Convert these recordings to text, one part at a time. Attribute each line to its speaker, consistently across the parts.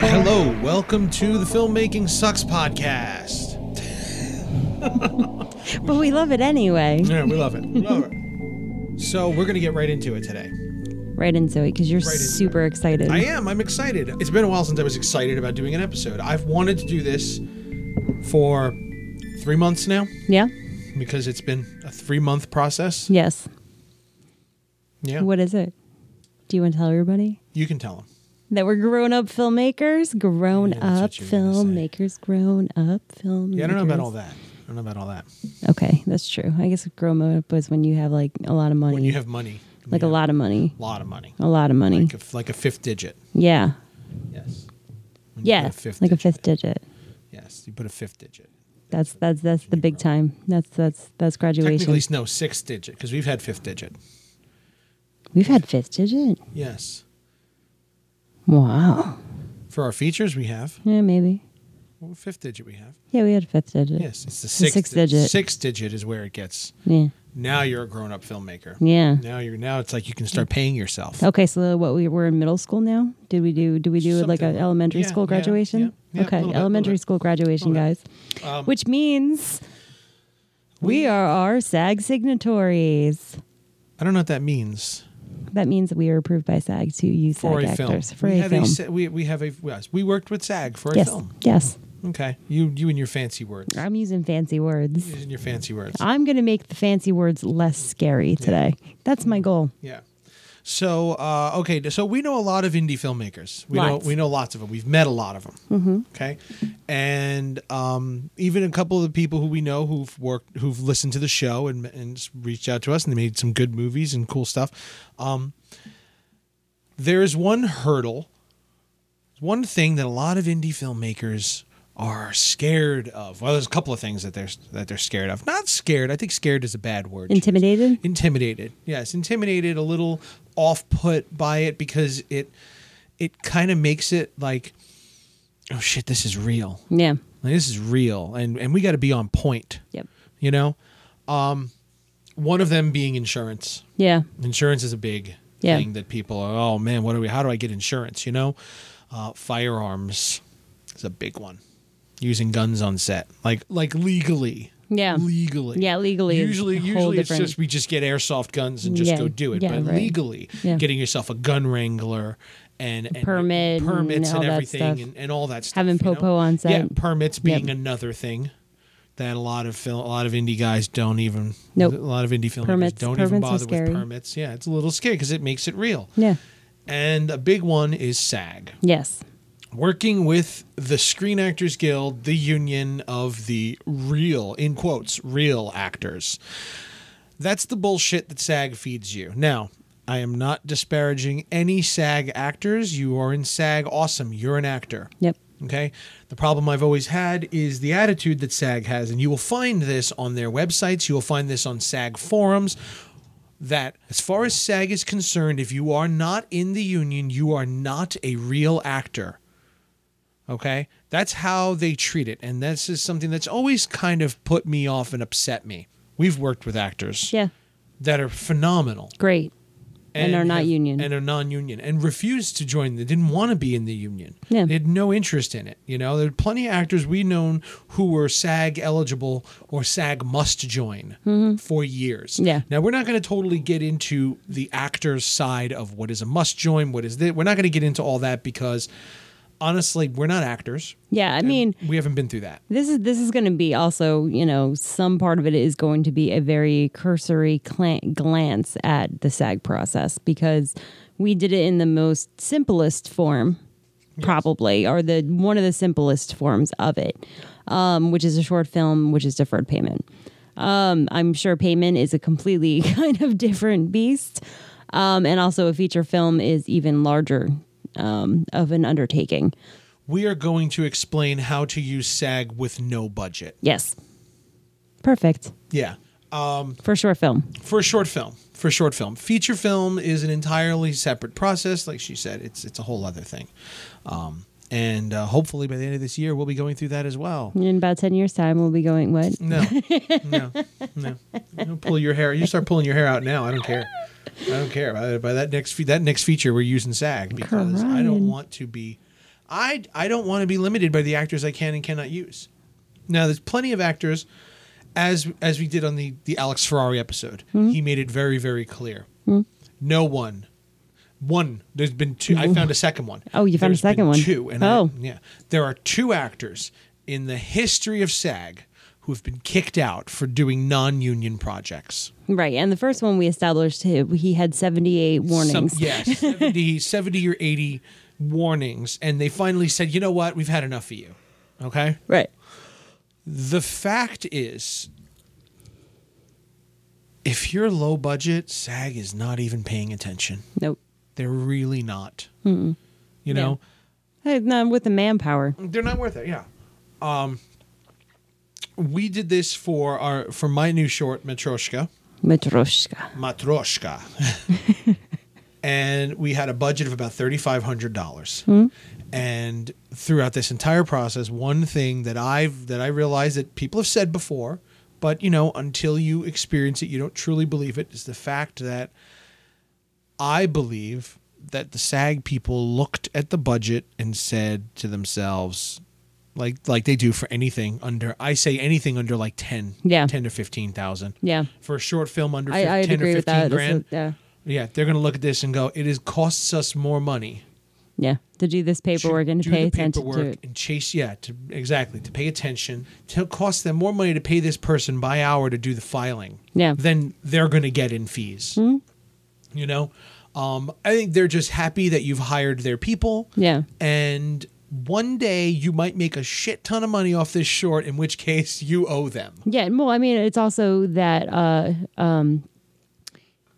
Speaker 1: Hello, welcome to the Filmmaking Sucks podcast.
Speaker 2: But we love it anyway.
Speaker 1: Yeah, we love it. Love it. So we're gonna get right into it today.
Speaker 2: Right into it because you're
Speaker 1: into
Speaker 2: super excited.
Speaker 1: I am. I'm excited. It's been a while since I was excited about doing an episode. I've wanted to do this for three months now
Speaker 2: yeah.
Speaker 1: because it's been a three month process.
Speaker 2: Yes.
Speaker 1: Yeah,
Speaker 2: What is it? Do you want to tell everybody
Speaker 1: you can tell them.
Speaker 2: that we're grown up filmmakers? Grown
Speaker 1: Yeah, that's
Speaker 2: up
Speaker 1: what you were gonna
Speaker 2: filmmakers. Grown up filmmakers.
Speaker 1: Yeah, I don't know about all that. I don't know about all that.
Speaker 2: Okay, that's true. I guess grown up is when you have like a lot of money,
Speaker 1: When you have money, when
Speaker 2: like
Speaker 1: you
Speaker 2: a
Speaker 1: have
Speaker 2: lot of money,
Speaker 1: a lot of money,
Speaker 2: a lot of money.
Speaker 1: like a, like a fifth digit.
Speaker 2: yeah.
Speaker 1: Yes. When you put
Speaker 2: Yeah. like a fifth digit.
Speaker 1: Yes, you put a fifth digit.
Speaker 2: That's that's that's the big time. That's that's that's graduation.
Speaker 1: Technically, no, sixth digit because we've had fifth digit.
Speaker 2: We've had fifth digit.
Speaker 1: Yes.
Speaker 2: Wow.
Speaker 1: For our features, we have
Speaker 2: Yeah, maybe.
Speaker 1: well, fifth digit. We have
Speaker 2: Yeah, we had fifth digit.
Speaker 1: yes. It's the sixth,
Speaker 2: sixth
Speaker 1: di-
Speaker 2: digit.
Speaker 1: Sixth digit is where it gets.
Speaker 2: Yeah.
Speaker 1: Now you're a grown up filmmaker.
Speaker 2: Yeah.
Speaker 1: Now you're now it's like you can start paying yourself.
Speaker 2: Okay, so what we we're in middle school now? Did we do? Did we do like
Speaker 1: Something
Speaker 2: an
Speaker 1: like-
Speaker 2: elementary
Speaker 1: yeah,
Speaker 2: school
Speaker 1: yeah,
Speaker 2: graduation?
Speaker 1: yeah, yeah,
Speaker 2: okay,
Speaker 1: little bit,
Speaker 2: elementary
Speaker 1: little bit. Um,
Speaker 2: school graduation,
Speaker 1: Little
Speaker 2: guys. Which means we are our SAG signatories.
Speaker 1: I don't know what that means
Speaker 2: That means we are approved by SAG to use
Speaker 1: for
Speaker 2: SAG
Speaker 1: a film.
Speaker 2: actors for
Speaker 1: we
Speaker 2: a
Speaker 1: have
Speaker 2: film.
Speaker 1: sa- we, we have a yes, we worked with SAG for
Speaker 2: yes,
Speaker 1: a film.
Speaker 2: yes.
Speaker 1: Okay, you you and your fancy words.
Speaker 2: I'm using fancy words.
Speaker 1: Using your fancy words.
Speaker 2: I'm going to make the fancy words less scary today. That's my goal.
Speaker 1: Yeah. So uh, okay, so we know a lot of indie filmmakers. We
Speaker 2: Lots. Mm-hmm.
Speaker 1: know we know lots of them. We've met a lot of them. Okay, and um, even a couple of the people who we know who've worked, who've listened to the show and and s- reached out to us, and they made some good movies and cool stuff. Um, there is one hurdle, one thing that a lot of indie filmmakers are scared of. Well, there's a couple of things that they're that they're scared of. Not scared. I think scared is a bad word
Speaker 2: Intimidated?
Speaker 1: intimidated yes intimidated a little off put by it because it it kind of makes it like oh shit this is real
Speaker 2: Yeah.
Speaker 1: Like, this is real and and we got to be on point
Speaker 2: Yep.
Speaker 1: you know um one of them being insurance
Speaker 2: Yeah.
Speaker 1: insurance is a big
Speaker 2: Yeah.
Speaker 1: thing that people are oh man what do we how do i get insurance you know uh firearms is a big one using guns on set like like legally
Speaker 2: Yeah.
Speaker 1: legally
Speaker 2: Yeah, legally is
Speaker 1: usually
Speaker 2: a whole
Speaker 1: usually it's
Speaker 2: different-
Speaker 1: just we just get airsoft guns and just
Speaker 2: Yeah,
Speaker 1: go do it
Speaker 2: yeah,
Speaker 1: but
Speaker 2: right.
Speaker 1: legally
Speaker 2: Yeah.
Speaker 1: getting yourself a gun wrangler and, and
Speaker 2: permit and
Speaker 1: permits
Speaker 2: all
Speaker 1: and
Speaker 2: that
Speaker 1: everything
Speaker 2: stuff.
Speaker 1: and, and all that stuff
Speaker 2: Having
Speaker 1: you know?
Speaker 2: popo on set.
Speaker 1: yeah permits being
Speaker 2: Yep.
Speaker 1: another thing that a lot of film, a lot of indie guys don't even
Speaker 2: Nope.
Speaker 1: a lot of indie filmmakers
Speaker 2: Permits-
Speaker 1: don't even
Speaker 2: permits are
Speaker 1: bother with
Speaker 2: scary.
Speaker 1: permits yeah it's a little scary because it makes it real
Speaker 2: Yeah.
Speaker 1: and a big one is SAG
Speaker 2: Yes.
Speaker 1: working with the Screen Actors Guild, the union of the real, in quotes, real actors. That's the bullshit that SAG feeds you. Now, I am not disparaging any SAG actors. You are in SAG awesome. You're an actor.
Speaker 2: Yep.
Speaker 1: Okay. The problem I've always had is the attitude that SAG has, and you will find this on their websites, you will find this on SAG forums. That, as far as SAG is concerned, if you are not in the union, you are not a real actor. Okay? That's how they treat it. And this is something that's always kind of put me off and upset me. We've worked with actors
Speaker 2: Yeah.
Speaker 1: that are phenomenal
Speaker 2: Great. And are not
Speaker 1: have-
Speaker 2: union.
Speaker 1: and are non-union and refused to join. They didn't want to be in the union.
Speaker 2: Yeah.
Speaker 1: They had no interest in it. You know, there are plenty of actors we known who were SAG eligible or SAG must join for years.
Speaker 2: Mm-hmm. Yeah.
Speaker 1: Now we're not going to totally get into the actor's side of what is a must join, what is this. We're not going to get into all that because honestly, we're not actors.
Speaker 2: Yeah. I mean,
Speaker 1: we haven't been through that.
Speaker 2: This is this is going to be also, you know, some part of it is going to be a very cursory cla glance at the SAG process because we did it in the most simplest form, probably, or the one of the simplest forms of it, um, which is a short film, which is deferred payment. Um, I'm sure payment is a completely kind of different beast, um, and also a feature film is even larger um, of an undertaking.
Speaker 1: We are going to explain how to use SAG with no budget.
Speaker 2: Yes, perfect.
Speaker 1: Yeah.
Speaker 2: for short film.
Speaker 1: for a short film for a short film feature film is an entirely separate process like she said it's it's a whole other thing um, and uh, hopefully by the end of this year we'll be going through that as well
Speaker 2: In about ten years' time, we'll be going what?
Speaker 1: no no no Don't pull your hair you start pulling your hair out now i don't care i don't care by, by that next fe- that next feature we're using sag because i don't
Speaker 2: Crying.
Speaker 1: want to be I I don't want to be limited by the actors I can and cannot use. Now there's plenty of actors, as as we did on the the Alex Ferrari episode.
Speaker 2: Hmm?
Speaker 1: He made it very very clear. No one, one. There's been two. I found a second one.
Speaker 2: Oh, you found a
Speaker 1: There's been
Speaker 2: second one.
Speaker 1: Two. And
Speaker 2: Oh.
Speaker 1: I, yeah. There are two actors in the history of SAG who have been kicked out for doing non-union projects.
Speaker 2: Right. And the first one we established, he, he had 78 warnings.
Speaker 1: Some, yeah, 70, 70 or 80 warnings. And they finally said, you know what? We've had enough of you. Okay.
Speaker 2: Right.
Speaker 1: The fact is, if you're low budget, SAG is not even paying attention.
Speaker 2: Nope.
Speaker 1: They're really not. You
Speaker 2: Yeah.
Speaker 1: know,
Speaker 2: Hey, no, with the manpower.
Speaker 1: they're not worth it. Yeah. Um, we did this for our for my new short Matryoshka.
Speaker 2: Matryoshka.
Speaker 1: Matroshka. and we had a budget of about $3500 dollars and throughout this entire process one thing that i've that i realized that people have said before but you know until you experience it you don't truly believe it is the fact that i believe that the sag people looked at the budget and said to themselves like like they do for anything under i say anything under like 10
Speaker 2: Yeah.
Speaker 1: 10 to 15000
Speaker 2: Yeah.
Speaker 1: for a short film under
Speaker 2: I,
Speaker 1: fif-
Speaker 2: I'd
Speaker 1: 10
Speaker 2: agree
Speaker 1: or 15
Speaker 2: with that. It's a-
Speaker 1: grand.
Speaker 2: yeah.
Speaker 1: yeah, they're going to look at this and go, it is costs us more money
Speaker 2: Yeah. To do this paperwork
Speaker 1: to
Speaker 2: and to
Speaker 1: do
Speaker 2: pay
Speaker 1: the
Speaker 2: attention to
Speaker 1: paperwork
Speaker 2: it.
Speaker 1: and chase, yeah, to, exactly, to pay attention. To cost them more money to pay this person by hour to do the filing
Speaker 2: Yeah. Hmm?
Speaker 1: than they're going to get in fees. You know? Um, I think they're just happy that you've hired their people.
Speaker 2: Yeah.
Speaker 1: And one day you might make a shit ton of money off this short, in which case you owe them.
Speaker 2: Yeah, well, I mean, it's also that uh, um,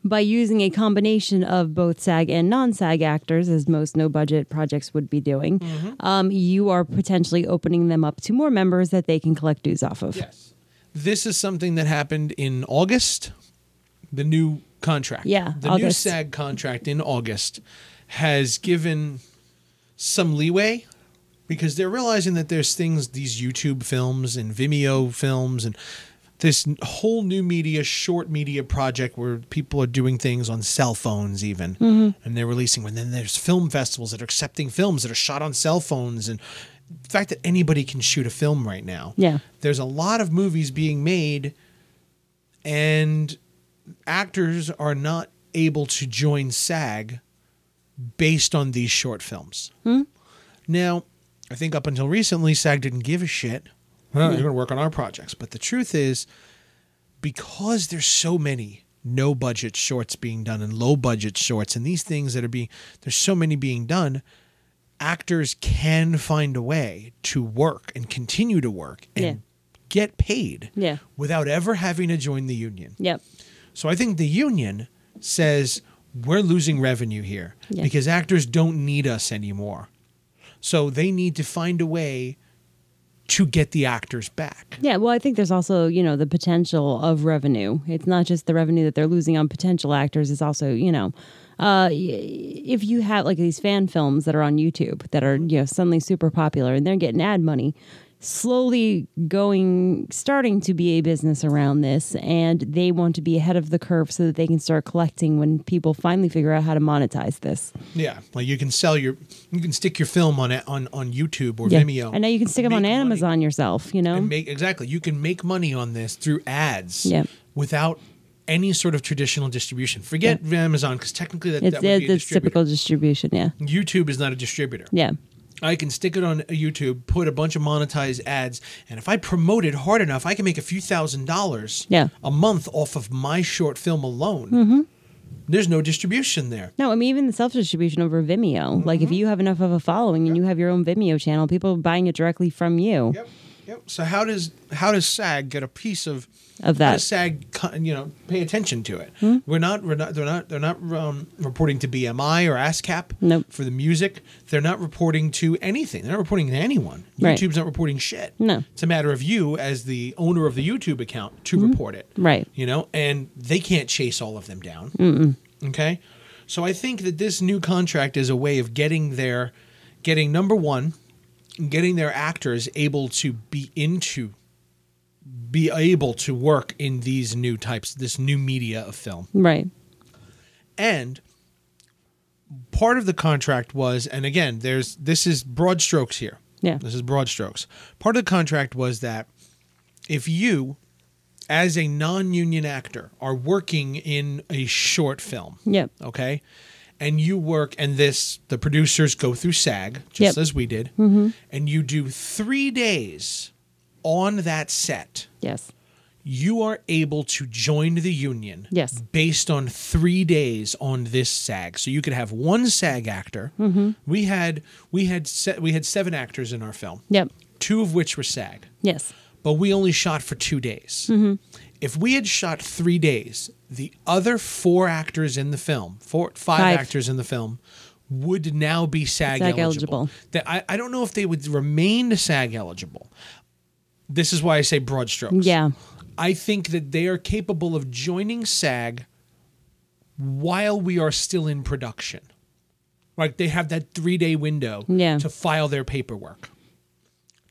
Speaker 2: by using a combination of both SAG and non-SAG actors, as most no-budget projects would be doing, um, you are potentially opening them up to more members that they can collect dues off of.
Speaker 1: Yes. This is something that happened in August. The new contract.
Speaker 2: Yeah,
Speaker 1: The new
Speaker 2: August.
Speaker 1: SAG contract in August has given some leeway because they're realizing that there's things, these YouTube films and Vimeo films and this n- whole new media, short media project where people are doing things on cell phones, even,
Speaker 2: Mm-hmm.
Speaker 1: and they're releasing. And then there's film festivals that are accepting films that are shot on cell phones. And the fact that anybody can shoot a film right now
Speaker 2: Yeah.
Speaker 1: there's a lot of movies being made and actors are not able to join SAG based on these short films. Now, I think up until recently, SAG didn't give a shit. Huh, You're going to work on our projects. But the truth is, because there's so many no budget shorts being done and low budget shorts and these things that are being, there's so many being done, actors can find a way to work and continue to work and
Speaker 2: Yeah.
Speaker 1: get paid
Speaker 2: Yeah.
Speaker 1: without ever having to join the union.
Speaker 2: Yep.
Speaker 1: So I think the union says we're losing revenue here
Speaker 2: Yeah.
Speaker 1: because actors don't need us anymore. So they need to find a way to get the actors back.
Speaker 2: Yeah, well, I think there's also, you know, the potential of revenue. It's not just the revenue that they're losing on potential actors, it's also, you know, uh, y- if you have like these fan films that are on YouTube that are, you know, suddenly super popular and they're getting ad money, slowly going, starting to be a business around this, and they want to be ahead of the curve so that they can start collecting when people finally figure out how to monetize this.
Speaker 1: Yeah, like you can sell your you can stick your film on it on on YouTube or Vimeo.
Speaker 2: And now you can stick them on
Speaker 1: make money.
Speaker 2: Amazon yourself, you know?
Speaker 1: and make exactly you can make money on this through ads
Speaker 2: Yeah.
Speaker 1: without any sort of traditional distribution. Forget Amazon because technically that,
Speaker 2: it's
Speaker 1: that would be a
Speaker 2: it's typical
Speaker 1: distributor.
Speaker 2: distribution. Yeah.
Speaker 1: YouTube is not a distributor.
Speaker 2: Yeah.
Speaker 1: I can stick it on YouTube, put a bunch of monetized ads, and if I promote it hard enough, I can make a few thousand dollars
Speaker 2: Yeah.
Speaker 1: a month off of my short film alone. There's no distribution there.
Speaker 2: No, I mean even the self distribution over Vimeo. Like if you have enough of a following and you have your own Vimeo channel, people are buying it directly from you.
Speaker 1: Yep. Yep. So how does how does SAG get a piece of
Speaker 2: Of
Speaker 1: How
Speaker 2: that. Hmm?
Speaker 1: does SAG co- you know pay attention to it? We're not we're not they're not they're not um, reporting to BMI or ASCAP
Speaker 2: Nope.
Speaker 1: for the music. They're not reporting to anything. They're not reporting to anyone.
Speaker 2: Right.
Speaker 1: YouTube's not reporting shit.
Speaker 2: No.
Speaker 1: It's a matter of you as the owner of the YouTube account to
Speaker 2: Mm-hmm.
Speaker 1: report it.
Speaker 2: Right.
Speaker 1: You know, and they can't chase all of them down. Okay. So I think that this new contract is a way of getting their, getting number one, getting their actors able to be into, be able to work in these new types, this new media of film.
Speaker 2: Right.
Speaker 1: And part of the contract was, and again, there's this is broad strokes here.
Speaker 2: Yeah.
Speaker 1: This is broad strokes. Part of the contract was that if you, as a non union actor, are working in a short film,
Speaker 2: Yep.
Speaker 1: okay, and you work, and this, the producers go through SAG, just
Speaker 2: Yep. Mm-hmm.
Speaker 1: as we did, and you do three days on that set
Speaker 2: Yes.
Speaker 1: you are able to join the union
Speaker 2: Yes.
Speaker 1: based on three days on this sag so you could have one sag actor we had we had se- we had seven actors in our film
Speaker 2: Yep.
Speaker 1: two of which were sag
Speaker 2: Yes.
Speaker 1: but we only shot for two days
Speaker 2: Mm-hmm.
Speaker 1: if we had shot three days the other four actors in the film four five,
Speaker 2: Five.
Speaker 1: actors in the film would now be sag,
Speaker 2: SAG
Speaker 1: eligible,
Speaker 2: eligible.
Speaker 1: That I, I don't know if they would remain sag eligible this is why i say broad strokes
Speaker 2: Yeah.
Speaker 1: I think that they are capable of joining SAG while we are still in production. Like they have that three day window
Speaker 2: Yeah.
Speaker 1: to file their paperwork.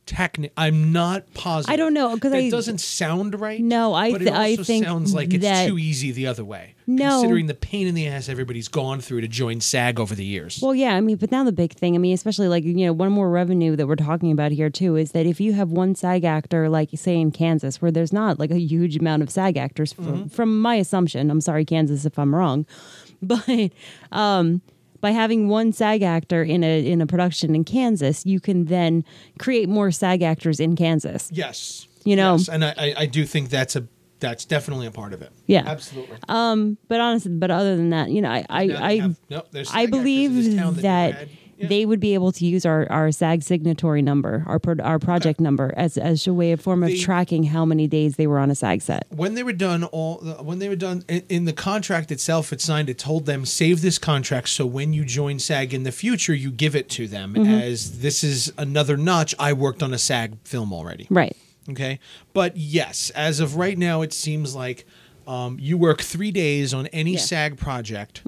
Speaker 1: Techni- I'm not positive.
Speaker 2: I don't know, 'cause
Speaker 1: That
Speaker 2: I-
Speaker 1: doesn't sound right.
Speaker 2: No, I
Speaker 1: but it
Speaker 2: th-
Speaker 1: also
Speaker 2: I think
Speaker 1: sounds like it's
Speaker 2: that-
Speaker 1: too easy the other way.
Speaker 2: No.
Speaker 1: considering the pain in the ass everybody's gone through to join SAG over the years.
Speaker 2: Well, yeah, I mean, but now the big thing, I mean, especially like, you know, one more revenue that we're talking about here, too, is that if you have one SAG actor, like, say, in Kansas, where there's not like a huge amount of SAG actors, from, from my assumption, I'm sorry, Kansas, if I'm wrong, but um, by having one SAG actor in a, in a production in Kansas, you can then create more SAG actors in Kansas.
Speaker 1: yes,
Speaker 2: You know-
Speaker 1: Yes, and I, I, I do think that's a that's definitely a part of it.
Speaker 2: Yeah. Uh,
Speaker 1: absolutely.
Speaker 2: But honestly, but other than that, you know, I, I,
Speaker 1: Now
Speaker 2: I,
Speaker 1: you have- nope, there's
Speaker 2: I
Speaker 1: SAG actors in this
Speaker 2: believe
Speaker 1: town
Speaker 2: that,
Speaker 1: you had. Yeah.
Speaker 2: they would be able to use our, our SAG signatory number, our pro, our project number, as as a way of form of
Speaker 1: Uh, The-
Speaker 2: tracking how many days they were on a SAG set.
Speaker 1: when they were done all when they were done in, in the contract itself it signed it told them save this contract so when you join sag in the future you give it to them
Speaker 2: Mm-hmm.
Speaker 1: as this is another notch i worked on a sag film already
Speaker 2: Right.
Speaker 1: okay but yes as of right now it seems like um, you work three days on any
Speaker 2: Yeah. Mm-hmm.
Speaker 1: sag project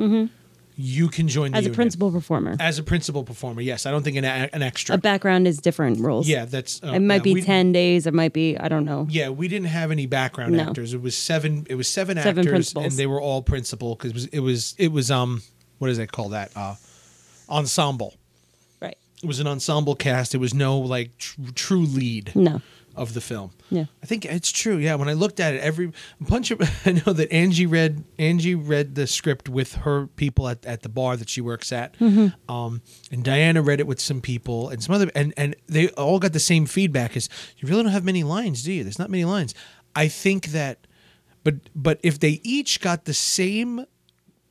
Speaker 1: you can join the
Speaker 2: As a
Speaker 1: union.
Speaker 2: principal performer,
Speaker 1: as a principal performer yes i don't think an, a- an extra
Speaker 2: a background is different rules.
Speaker 1: yeah that's uh,
Speaker 2: It might
Speaker 1: yeah,
Speaker 2: be
Speaker 1: we-
Speaker 2: ten days. It might be I don't know.
Speaker 1: Yeah, we didn't have any background
Speaker 2: No.
Speaker 1: actors. It was seven. It was seven,
Speaker 2: Seven
Speaker 1: actors,
Speaker 2: principals.
Speaker 1: and they were all principal because it was, it was it was um what does that call that uh ensemble.
Speaker 2: Right.
Speaker 1: It was an ensemble cast. It was no like tr- true lead
Speaker 2: No.
Speaker 1: of the film.
Speaker 2: Yeah.
Speaker 1: I think it's true. Yeah, when I looked at it, every a bunch of I know that Angie read Angie read the script with her people at, at the bar that she works at,
Speaker 2: Mm-hmm.
Speaker 1: um, and Diana read it with some people and some other and and they all got the same feedback: is you really don't have many lines, do you? There's not many lines. I think that, but but if they each got the same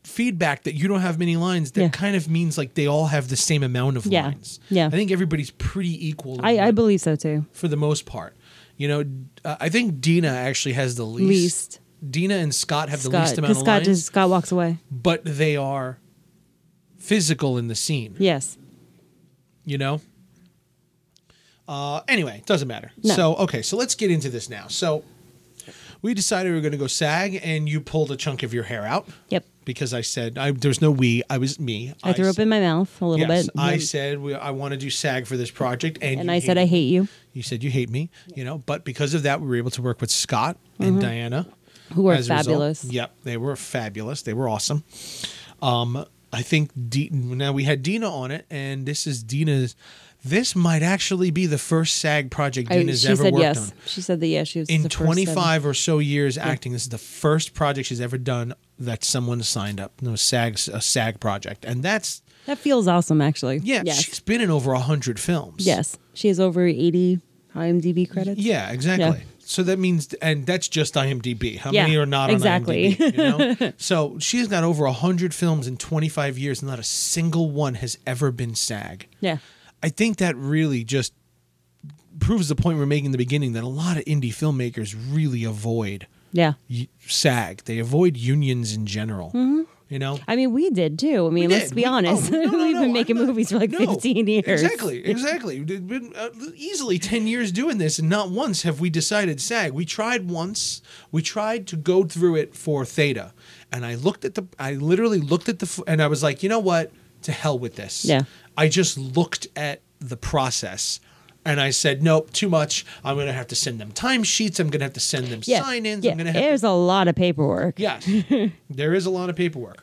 Speaker 1: feedback that you don't have many lines that
Speaker 2: Yeah.
Speaker 1: kind of means like they all have the same amount of
Speaker 2: Yeah.
Speaker 1: lines
Speaker 2: Yeah.
Speaker 1: i think everybody's pretty equal in
Speaker 2: I, I
Speaker 1: what-
Speaker 2: believe so too.
Speaker 1: for the most part. You know, uh, I think Dina actually has the least.
Speaker 2: Least.
Speaker 1: Dina and Scott have the
Speaker 2: Scott,
Speaker 1: least amount
Speaker 2: 'cause
Speaker 1: of
Speaker 2: Scott
Speaker 1: lines,
Speaker 2: just Scott walks away.
Speaker 1: but they are physical in the scene.
Speaker 2: Yes.
Speaker 1: You know. Uh, anyway, it doesn't matter.
Speaker 2: No.
Speaker 1: So okay, so let's get into this now. So we decided we were going to go SAG, and you pulled a chunk of your hair out
Speaker 2: Yep.
Speaker 1: because I said I, there was no we. I was me.
Speaker 2: I, threw
Speaker 1: said-
Speaker 2: up in my mouth a little
Speaker 1: yes,
Speaker 2: bit.
Speaker 1: I said we, I want to do SAG for this project, and
Speaker 2: and
Speaker 1: you
Speaker 2: I said I
Speaker 1: hated
Speaker 2: hate you.
Speaker 1: you said you hate me, you know, but because of that, we were able to work with Scott and Diana,
Speaker 2: Mm-hmm. Who are
Speaker 1: as a result.
Speaker 2: fabulous.
Speaker 1: Yep, they were fabulous. They were awesome. Um, I think De- now we had Dina on it, and this is Dina's. This might actually be the first SAG project
Speaker 2: I-
Speaker 1: Dina's
Speaker 2: she
Speaker 1: ever
Speaker 2: said
Speaker 1: worked
Speaker 2: yes.
Speaker 1: on.
Speaker 2: She said that yes. She was
Speaker 1: In
Speaker 2: the first seven.
Speaker 1: 25 or so years acting, this is the first project she's ever done that someone signed up. No SAG, a SAG project, and that's
Speaker 2: That feels awesome, actually.
Speaker 1: yeah.
Speaker 2: Yes.
Speaker 1: She's been in over hundred films.
Speaker 2: Yes, she has over 80 IMDb credits.
Speaker 1: Yeah, exactly.
Speaker 2: Yeah.
Speaker 1: So that means, and that's just IMDb. How
Speaker 2: Yeah,
Speaker 1: many are not
Speaker 2: exactly.
Speaker 1: on IMDb? You know? so she's got over hundred films in 25 years, and not a single one has ever been SAG.
Speaker 2: Yeah.
Speaker 1: I think that really just proves the point we're making in the beginning that a lot of indie filmmakers really avoid
Speaker 2: Yeah.
Speaker 1: y- SAG. They avoid unions in general.
Speaker 2: Mm-hmm.
Speaker 1: You know,
Speaker 2: I mean, we did too. I mean,
Speaker 1: We
Speaker 2: let's
Speaker 1: did.
Speaker 2: be
Speaker 1: We- oh,
Speaker 2: honest.
Speaker 1: no, no,
Speaker 2: We've
Speaker 1: no,
Speaker 2: been
Speaker 1: I'm
Speaker 2: making
Speaker 1: not-
Speaker 2: movies for like
Speaker 1: No,
Speaker 2: 15 years.
Speaker 1: Exactly, exactly. We've been uh, easily 10 years doing this, and not once have we decided SAG. We tried once, we tried to go through it for Theta, and I looked at the, I literally looked at the, f- and I was like, you know what? To hell with this.
Speaker 2: Yeah.
Speaker 1: I just looked at the process. And I said, nope, too much. I'm going to have to send them timesheets. I'm going to have to send them
Speaker 2: Yeah.
Speaker 1: sign ins.
Speaker 2: yeah.
Speaker 1: I'm going to have to
Speaker 2: There's a lot of paperwork.
Speaker 1: Yes, there is a lot of paperwork,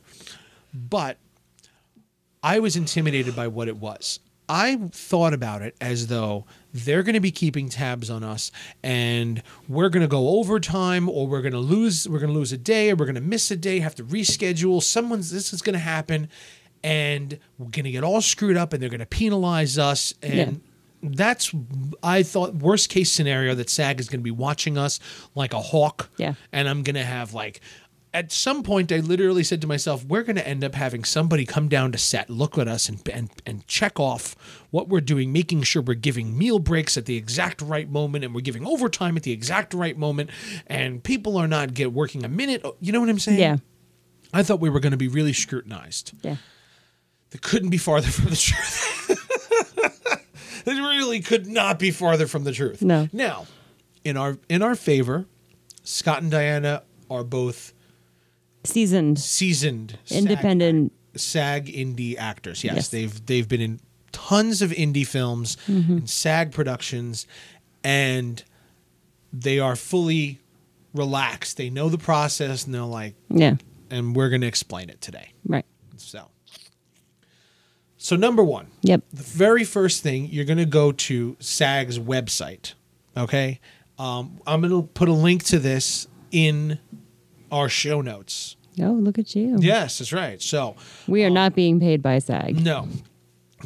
Speaker 1: but I was intimidated by what it was. I thought about it as though they're going to be keeping tabs on us and we're going to go overtime or we're going to lose we're going to lose a day or we're going to miss a day, have to reschedule. Someone's this is going to happen and we're going to get all screwed up and they're going to penalize us and
Speaker 2: Yeah.
Speaker 1: that's I thought worst case scenario that SAG is going to be watching us like a hawk.
Speaker 2: Yeah.
Speaker 1: And I'm going to have like at some point I literally said to myself, we're going to end up having somebody come down to set, look at us and and and check off what we're doing, making sure we're giving meal breaks at the exact right moment and we're giving overtime at the exact right moment and people are not get working a minute. Oh, You know what I'm saying?
Speaker 2: Yeah.
Speaker 1: I thought we were going to be really scrutinized
Speaker 2: Yeah.
Speaker 1: that couldn't be farther from the truth. it really could not be farther from the truth.
Speaker 2: No.
Speaker 1: Now, in our in our favor, Scott and Diana are both
Speaker 2: Seasoned,
Speaker 1: seasoned SAG-
Speaker 2: independent.
Speaker 1: SAG, indie actors. Yes,
Speaker 2: Yes.
Speaker 1: they've they've been in tons of indie films
Speaker 2: Mm-hmm.
Speaker 1: and SAG productions, and they are fully relaxed. They know the process, and they're like,
Speaker 2: Yeah.
Speaker 1: and we're going to explain it today.
Speaker 2: Right.
Speaker 1: So, so number one,
Speaker 2: Yep.
Speaker 1: the very first thing you're going to go to SAG's website. Okay, um, I'm going to put a link to this in our show notes.
Speaker 2: Oh, look at you.
Speaker 1: Yes, that's right. So
Speaker 2: We are not being paid by SAG.
Speaker 1: no,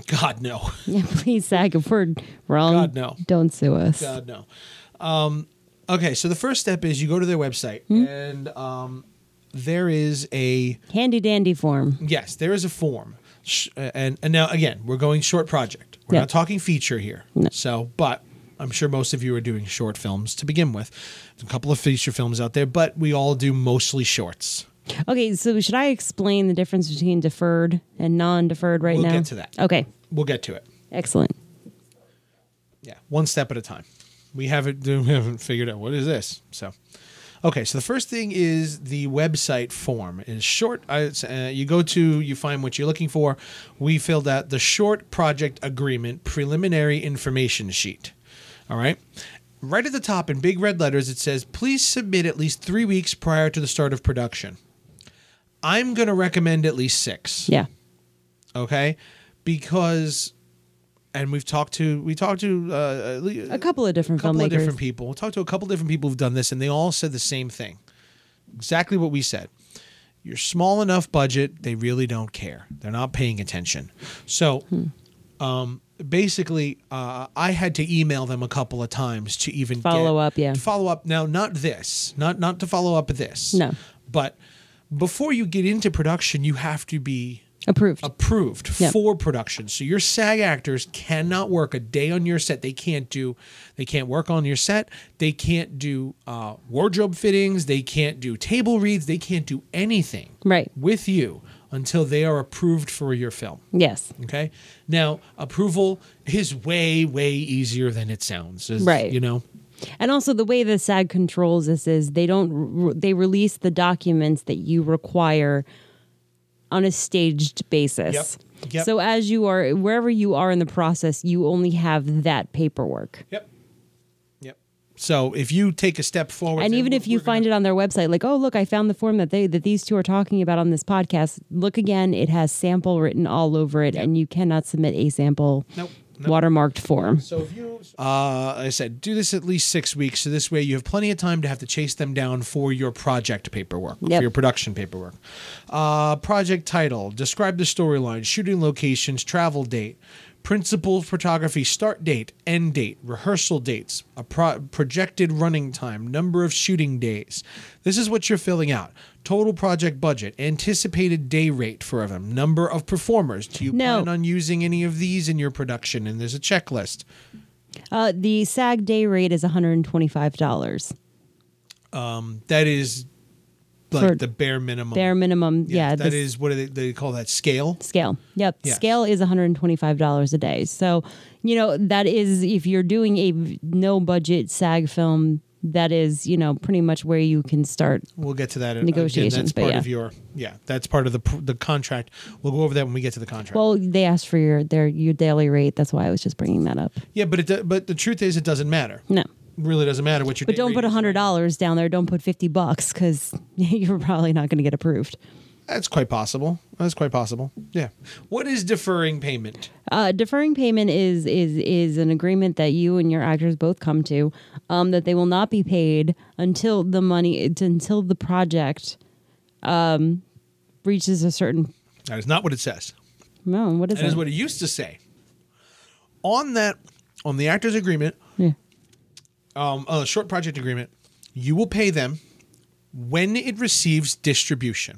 Speaker 1: God no,
Speaker 2: Yeah, please, SAG, if we're wrong,
Speaker 1: God, no.
Speaker 2: don't sue us.
Speaker 1: God no. Um, okay, so the first step is you go to their website, and um, there is a
Speaker 2: Handy dandy form.
Speaker 1: Yes, there is a form. Sh- uh, And, and now, again, we're going short project. We're
Speaker 2: Yeah.
Speaker 1: not talking feature here. So, but I'm sure most of you are doing short films to begin with. There's a couple of feature films out there, but we all do mostly shorts.
Speaker 2: Okay, so should I explain the difference between deferred and non deferred right
Speaker 1: We'll
Speaker 2: now?
Speaker 1: get to that.
Speaker 2: Okay,
Speaker 1: We'll get to it.
Speaker 2: excellent.
Speaker 1: Yeah, one step at a time. We haven't we haven't figured out what is this. So, okay. So the first thing is the website form. It's short. Uh, it's, uh, you go to you find what you're looking for. We filled out the short project agreement preliminary information sheet. All right. Right at the top in big red letters, it says, "Please submit at least three weeks prior to the start of production." I'm going to recommend at least six
Speaker 2: Yeah.
Speaker 1: okay because and we've talked to we talked to uh, at lea-
Speaker 2: A couple of different
Speaker 1: couple
Speaker 2: filmmakers.
Speaker 1: of different people we talked to a couple different people who've done this and they all said the same thing exactly what we said you're small enough budget they really don't care they're not paying attention so
Speaker 2: Hmm.
Speaker 1: um, basically uh, i had to email them a couple of times to even
Speaker 2: Follow
Speaker 1: get-
Speaker 2: up, yeah.
Speaker 1: to follow up now not this not not to follow up this
Speaker 2: No.
Speaker 1: but before you get into production you have to be
Speaker 2: Approved.
Speaker 1: approved
Speaker 2: Yep.
Speaker 1: for production. So your SAG actors cannot work a day on your set. They can't do, they can't work on your set. They can't do uh, wardrobe fittings. They can't do table reads. They can't do anything
Speaker 2: right.
Speaker 1: with you until they are approved for your film.
Speaker 2: Yes.
Speaker 1: Okay. Now approval is way way easier than it sounds. is-
Speaker 2: Right.
Speaker 1: You know.
Speaker 2: And also, the way the SAG controls this is they don't re- they release the documents that you require on a staged basis.
Speaker 1: Yep. Yep.
Speaker 2: So as you are wherever you are in the process, you only have that paperwork.
Speaker 1: Yep. Yep. So if you take a step forward,
Speaker 2: and
Speaker 1: then
Speaker 2: even if
Speaker 1: we're
Speaker 2: you
Speaker 1: gonna-
Speaker 2: find it on their website, like, oh look, I found the form that they that these two are talking about on this podcast. Look again; it has sample written all over it, and you cannot submit a sample
Speaker 1: Nope, nope.
Speaker 2: watermarked form.
Speaker 1: So if you, uh, I said, do this at least six weeks. So this way, you have plenty of time to have to chase them down for your project paperwork,
Speaker 2: Yep.
Speaker 1: for your production paperwork. Uh, project title, describe the storyline, shooting locations, travel date, principal photography start date, end date, rehearsal dates, a pro- projected running time, number of shooting days. This is what you're filling out. Total project budget, anticipated day rate for them, number of performers. Do you
Speaker 2: No.
Speaker 1: plan on using any of these in your production? And there's a checklist.
Speaker 2: Uh, the SAG day rate is one hundred and twenty five dollars.
Speaker 1: that is like
Speaker 2: For
Speaker 1: the bare minimum.
Speaker 2: Bare minimum,
Speaker 1: Yeah,
Speaker 2: yeah,
Speaker 1: that
Speaker 2: the
Speaker 1: is what do they, they call that scale.
Speaker 2: Scale. Yep.
Speaker 1: Yes.
Speaker 2: Scale is $125 a day. So, you know, that is if you're doing a v- no budget SAG film, that is, you know, pretty much where you can start.
Speaker 1: We'll get to that. uh, Again,
Speaker 2: Negotiations,
Speaker 1: that's
Speaker 2: but
Speaker 1: part
Speaker 2: yeah.
Speaker 1: of your yeah. That's part of the pr- the contract. We'll go over that when we get to the contract.
Speaker 2: Well, they asked for your their your daily rate. That's why I was just bringing that up.
Speaker 1: yeah, but it do- but the truth is it doesn't matter.
Speaker 2: No.
Speaker 1: It really doesn't matter what you're.
Speaker 2: But don't put $100 down there. Don't put 50 bucks cuz you're probably not going to get approved.
Speaker 1: That's quite possible. That's quite possible. Yeah. What is deferring payment?
Speaker 2: Uh, deferring payment is is is an agreement that you and your actors both come to um, that they will not be paid until the money until the project um, reaches a certain.
Speaker 1: That is not what it says.
Speaker 2: No, what is
Speaker 1: That is
Speaker 2: it?
Speaker 1: what it used to say. On that, on the actors' agreement,
Speaker 2: yeah.
Speaker 1: um, a short project agreement, you will pay them when it receives distribution,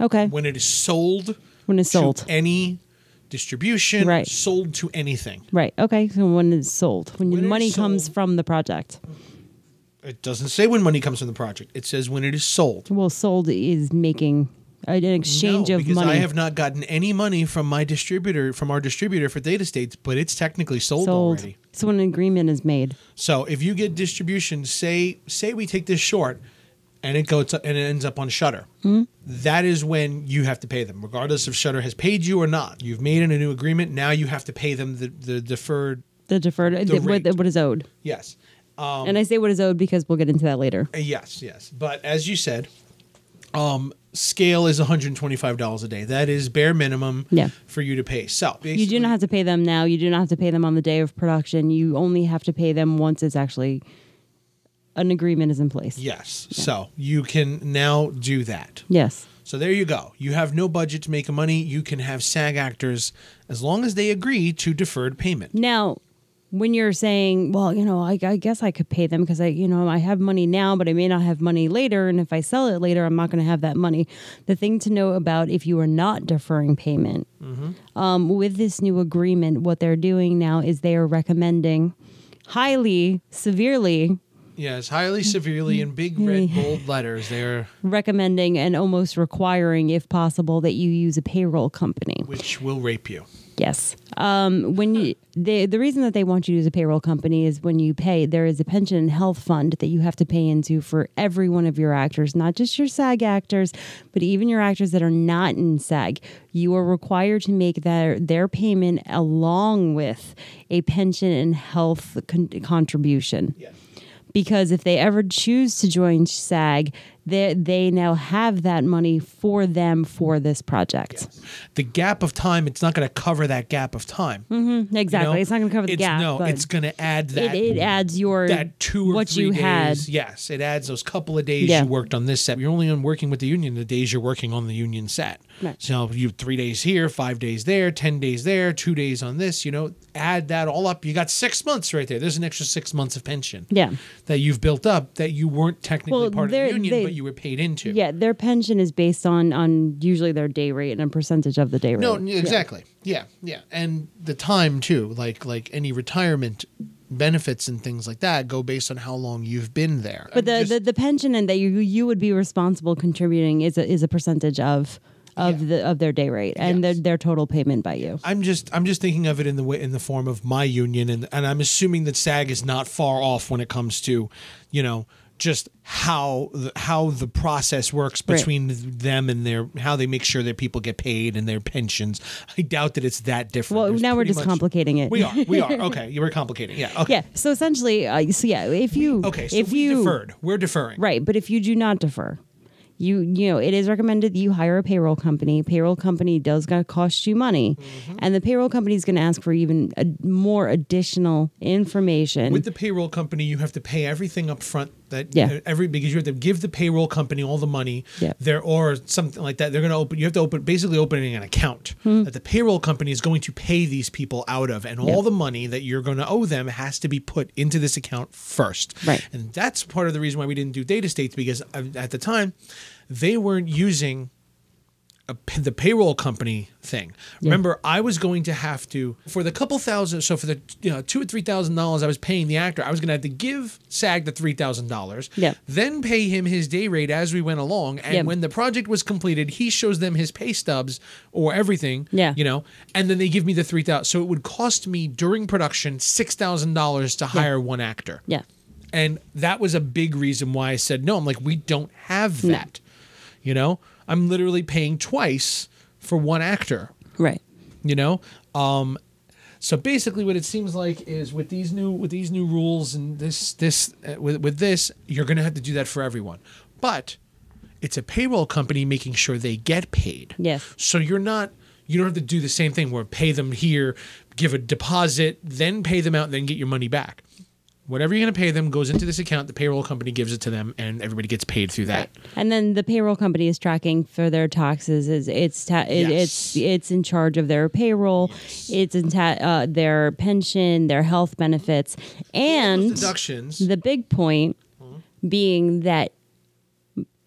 Speaker 2: Okay.
Speaker 1: when it is sold,
Speaker 2: When it's
Speaker 1: to
Speaker 2: sold.
Speaker 1: any distribution,
Speaker 2: Right.
Speaker 1: sold to anything.
Speaker 2: Right. Okay. So when it's sold, when,
Speaker 1: When it
Speaker 2: the
Speaker 1: is
Speaker 2: money comes
Speaker 1: sold.
Speaker 2: from the project.
Speaker 1: It doesn't say when money comes from the project. It says when it is sold.
Speaker 2: Well, sold is making an exchange
Speaker 1: no,
Speaker 2: of
Speaker 1: because
Speaker 2: money.
Speaker 1: I have not gotten any money from my distributor from our distributor for Data States, but it's technically sold,
Speaker 2: sold.
Speaker 1: already.
Speaker 2: So when an agreement is made.
Speaker 1: So if you get distribution, say say we take this short, and it goes and it ends up on Shutter,
Speaker 2: Hmm?
Speaker 1: that is when you have to pay them, regardless if Shutter has paid you or not. You've made in a new agreement. Now you have to pay them the, the deferred.
Speaker 2: The deferred, the- what,
Speaker 1: rate. Um,
Speaker 2: what is owed.
Speaker 1: Yes,
Speaker 2: and I say what is owed because we'll get into that later.
Speaker 1: Uh, yes, yes. But as you said, um, scale is one hundred and twenty five dollars a day. That is bare minimum
Speaker 2: Yeah.
Speaker 1: for you to pay. So
Speaker 2: You do not have to pay them now. You do not have to pay them on the day of production. You only have to pay them once it's actually an agreement is in place.
Speaker 1: Yes. So you can now do that.
Speaker 2: Yes.
Speaker 1: So there you go. You have no budget to make money. You can have SAG actors as long as they agree to deferred payment.
Speaker 2: Now, when you're saying, well, you know, I, I guess I could pay them because I, you know, I have money now, but I may not have money later. And if I sell it later, I'm not going to have that money. The thing to know about if you are not deferring payment um, with this new agreement, what they're doing now is they are recommending highly, severely
Speaker 1: Yes, highly severely in big red bold letters there,
Speaker 2: recommending and almost requiring, if possible, that you use a payroll company.
Speaker 1: which will rape you.
Speaker 2: Yes. Um, when you the the reason that they want you to use a payroll company is when you pay, there is a pension and health fund that you have to pay into for every one of your actors, not just your SAG actors, but even your actors that are not in SAG. You are required to make their their payment along with a pension and health con- contribution
Speaker 1: Yeah.
Speaker 2: because if they ever choose to join SAG, they they now have that money for them for this project.
Speaker 1: The gap of time, it's not going to cover that gap of time. you know?
Speaker 2: Hmm, Exactly, it's not going to cover the
Speaker 1: It's-
Speaker 2: gap.
Speaker 1: No,
Speaker 2: but
Speaker 1: it's going to add that.
Speaker 2: it, it adds your
Speaker 1: that two or
Speaker 2: what
Speaker 1: three
Speaker 2: you
Speaker 1: days.
Speaker 2: had.
Speaker 1: Yes, it adds those couple of days
Speaker 2: Yeah.
Speaker 1: you worked on this set. You're only on working with the union the days you're working on the union set.
Speaker 2: Right.
Speaker 1: So you have three days here, five days there, ten days there, two days on this. You know, add that all up. You got six months right there. There's an extra six months of pension.
Speaker 2: Yeah.
Speaker 1: That you've built up that you weren't technically
Speaker 2: Well,
Speaker 1: part of the
Speaker 2: they're-
Speaker 1: union,
Speaker 2: they-
Speaker 1: but you were paid into.
Speaker 2: Yeah, their pension is based on on usually their day rate and a percentage of the day rate.
Speaker 1: No, n- exactly. Yeah. yeah, and the time too. Like like any retirement benefits and things like that go based on how long you've been there.
Speaker 2: but the,
Speaker 1: Just-
Speaker 2: the the pension and that you you would be responsible contributing is a, is a percentage of of
Speaker 1: Yeah.
Speaker 2: the of their day rate and
Speaker 1: Yes.
Speaker 2: their, their total payment by you.
Speaker 1: I'm just I'm just thinking of it in the way in the form of my union, and and I'm assuming that SAG is not far off when it comes to, you know, just how the, how the process works
Speaker 2: Right.
Speaker 1: between them and their how they make sure that people get paid and their pensions. I doubt that it's that different.
Speaker 2: Well,
Speaker 1: There's
Speaker 2: now we're
Speaker 1: pretty
Speaker 2: just
Speaker 1: much-
Speaker 2: complicating it.
Speaker 1: We are we are okay. You were complicating. Yeah. Okay.
Speaker 2: Yeah. So essentially, uh, so yeah, if you
Speaker 1: Okay. So
Speaker 2: if
Speaker 1: we
Speaker 2: you
Speaker 1: deferred, we're deferring.
Speaker 2: right, but if you do not defer, you you know it is recommended that you hire a payroll company. Payroll company does going to cost you money,
Speaker 1: Mm-hmm.
Speaker 2: and the payroll company is going to ask for even a, more additional information.
Speaker 1: With the payroll company, you have to pay everything up front. That uh,
Speaker 2: Yeah.
Speaker 1: every because you have to give the payroll company all the money.
Speaker 2: Yeah.
Speaker 1: There or something like that. They're going to open. You have to open basically opening an account
Speaker 2: Hmm.
Speaker 1: that the payroll company is going to pay these people out of, and all the money that you're going to owe them has to be put into this account first.
Speaker 2: Right.
Speaker 1: And that's part of the reason why we didn't do data states because uh, at the time they weren't using a p the payroll company thing. Remember, I was going to have to for the couple thousand. So for the you know two or three thousand dollars I was paying the actor, I was going to have to give SAG the three thousand dollars.
Speaker 2: Yeah.
Speaker 1: Then pay him his day rate as we went along, and
Speaker 2: Yeah.
Speaker 1: when the project was completed, he shows them his pay stubs or everything.
Speaker 2: Yeah.
Speaker 1: You know, and then they give me the three thousand. So it would cost me during production six thousand dollars to hire one actor.
Speaker 2: yeah.
Speaker 1: And that was a big reason why I said no. I'm like, we don't have that. You know, I'm literally paying twice for one actor.
Speaker 2: Right.
Speaker 1: You know, um, so basically, what it seems like is with these new with these new rules and this this uh, with with this, you're going to have to do that for everyone. But It's a payroll company making sure they get paid.
Speaker 2: Yes.
Speaker 1: So you're not you don't have to do the same thing where pay them here, give a deposit, then pay them out, then get your money back. Whatever you're going to pay them goes into this account. The payroll company gives it to them, and everybody gets paid through that.
Speaker 2: And then the payroll company is tracking for their taxes. Is it's ta- it,
Speaker 1: Yes.
Speaker 2: it's it's in charge of their payroll, it's in ta- uh, their pension, their health benefits, and
Speaker 1: Deductions.
Speaker 2: the big point
Speaker 1: Mm-hmm.
Speaker 2: being that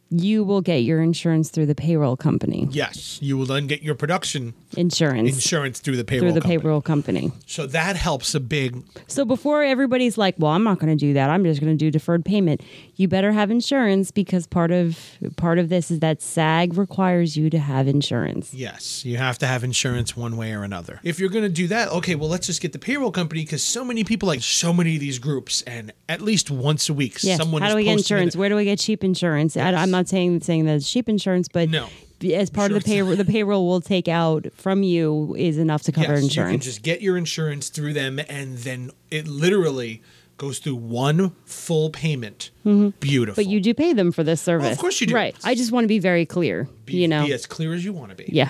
Speaker 2: you will get your insurance through the payroll company.
Speaker 1: yes, you will then get your production
Speaker 2: Insurance
Speaker 1: insurance through the payroll.
Speaker 2: through the
Speaker 1: company.
Speaker 2: payroll company.
Speaker 1: So that helps a big
Speaker 2: So before everybody's like, "Well, I'm not going to do that. I'm just going to do deferred payment." You better have insurance because part of part of this is that SAG requires you to have insurance.
Speaker 1: Yes, you have to have insurance one way or another. If you're going to do that, okay, well, let's just get the payroll company because so many people like so many of these groups, and at least once a week,
Speaker 2: Yes.
Speaker 1: someone
Speaker 2: How
Speaker 1: is
Speaker 2: do we get
Speaker 1: posting
Speaker 2: insurance?
Speaker 1: it.
Speaker 2: Where do we get cheap insurance? I, I'm not saying saying that it's cheap insurance, but
Speaker 1: No.
Speaker 2: as part of
Speaker 1: Insurance.
Speaker 2: the payroll, the payroll will take out from you is enough to cover
Speaker 1: Yes, you can
Speaker 2: insurance.
Speaker 1: just get your insurance through them, and then it literally goes through one full payment. Beautiful.
Speaker 2: Mm-hmm. but you do pay them for this service.
Speaker 1: course you do.
Speaker 2: Right. I just want to be very clear.
Speaker 1: be,
Speaker 2: you know.
Speaker 1: be as clear as you want to be.
Speaker 2: Yeah.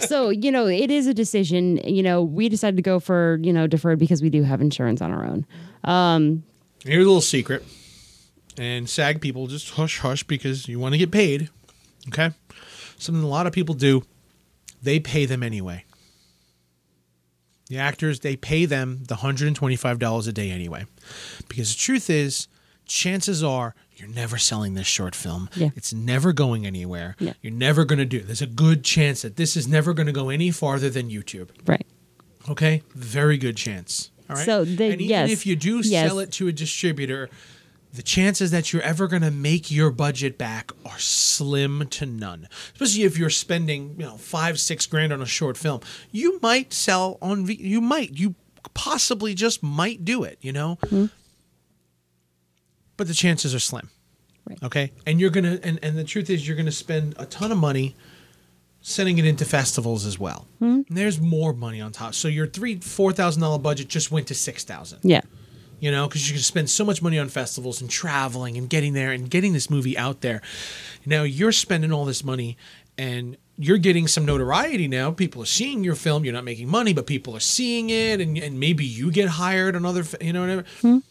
Speaker 2: so, you know, it is a decision. You know, we decided to go for, you know, deferred because we do have insurance on our own.
Speaker 1: Here's a little secret, and SAG people just hush hush because you want to get paid. Okay, something a lot of people do. They pay them anyway. The actors they pay them the hundred and twenty five dollars a day anyway, because the truth is, chances are you're never selling this short film.
Speaker 2: Yeah.
Speaker 1: It's never going anywhere.
Speaker 2: Yeah.
Speaker 1: You're never going to do. There's a good chance that this is never going to go any farther than YouTube.
Speaker 2: Right.
Speaker 1: Okay, very good chance. All right.
Speaker 2: So the-
Speaker 1: and even
Speaker 2: yes.
Speaker 1: if you do
Speaker 2: Yes.
Speaker 1: sell it to a distributor, the chances that you're ever going to make your budget back are slim to none. Especially if you're spending, you know, five, six grand on a short film, you might sell on. V- you might, you possibly just might do it. You know,
Speaker 2: Hmm.
Speaker 1: but the chances are slim.
Speaker 2: Right.
Speaker 1: Okay, and you're gonna, and, and the truth is, you're gonna spend a ton of money sending it into festivals as well. And There's more money on top. So your three four thousand dollar budget just went to six thousand.
Speaker 2: Yeah.
Speaker 1: You know, because you're gonna spend so much money on festivals and traveling and getting there and getting this movie out there. Now you're spending all this money and you're getting some notoriety now. People are seeing your film. You're not making money, but people are seeing it, and, and maybe you get hired on other, fi- you know, whatever.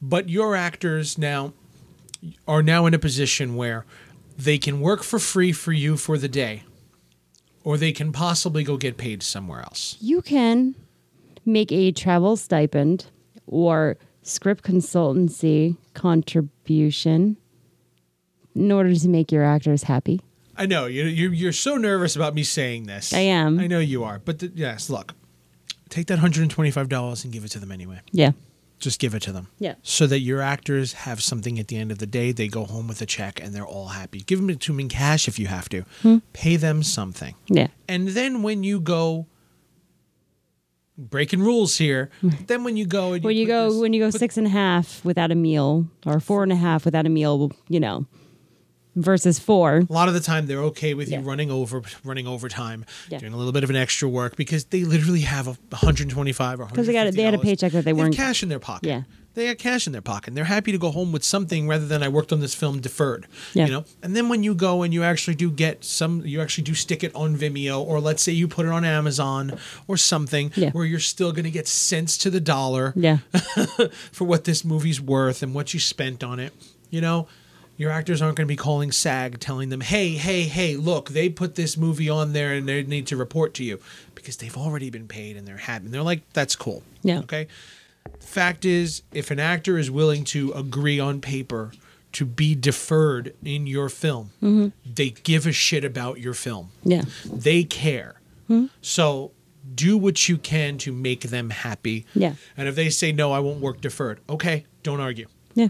Speaker 1: But your actors now are now in a position where they can work for free for you for the day, or they can possibly go get paid somewhere else.
Speaker 2: You can make a travel stipend or script consultancy contribution in order to make your actors happy.
Speaker 1: I know you. You're, you're so nervous about me saying this.
Speaker 2: I am.
Speaker 1: I know you are. But th- yes, look, take that hundred and twenty-five dollars and give it to them anyway.
Speaker 2: Yeah.
Speaker 1: Just give it to them.
Speaker 2: Yeah.
Speaker 1: So that your actors have something at the end of the day. They go home with a check and they're all happy. Give them to them in cash if you have to.
Speaker 2: Hmm.
Speaker 1: Pay them something.
Speaker 2: Yeah.
Speaker 1: And then when you go breaking rules here, then when you go and
Speaker 2: Hmm. When you
Speaker 1: put
Speaker 2: go
Speaker 1: this-
Speaker 2: when you go six and a half without a meal or four and a half without a meal, you know, versus four.
Speaker 1: a lot of the time they're okay with you
Speaker 2: Yeah.
Speaker 1: running over running overtime,
Speaker 2: Yeah.
Speaker 1: doing a little bit of an extra work because they literally have a 125 or
Speaker 2: Because they got- they had
Speaker 1: $150.
Speaker 2: a paycheck that they
Speaker 1: have
Speaker 2: weren't-
Speaker 1: cash in their pocket.
Speaker 2: Yeah.
Speaker 1: They got cash in their pocket. And they're happy to go home with something rather than I worked on this film deferred.
Speaker 2: Yeah.
Speaker 1: You know? And then when you go and you actually do get some you actually do stick it on Vimeo or let's say you put it on Amazon or something
Speaker 2: Yeah.
Speaker 1: where you're still gonna get cents to the dollar
Speaker 2: Yeah.
Speaker 1: for what this movie's worth and what you spent on it. You know, your actors aren't going to be calling SAG telling them, hey, hey, hey, look, they put this movie on there and they need to report to you because they've already been paid and they're happy. And they're like, that's cool.
Speaker 2: Yeah.
Speaker 1: Okay. Fact is, if an actor is willing to agree on paper to be deferred in your film, they give a shit about your film
Speaker 2: Mm-hmm. Yeah.
Speaker 1: they care.
Speaker 2: Hmm?
Speaker 1: So do what you can to make them happy.
Speaker 2: Yeah.
Speaker 1: And if they say no, I won't work deferred. Okay, don't argue.
Speaker 2: Yeah.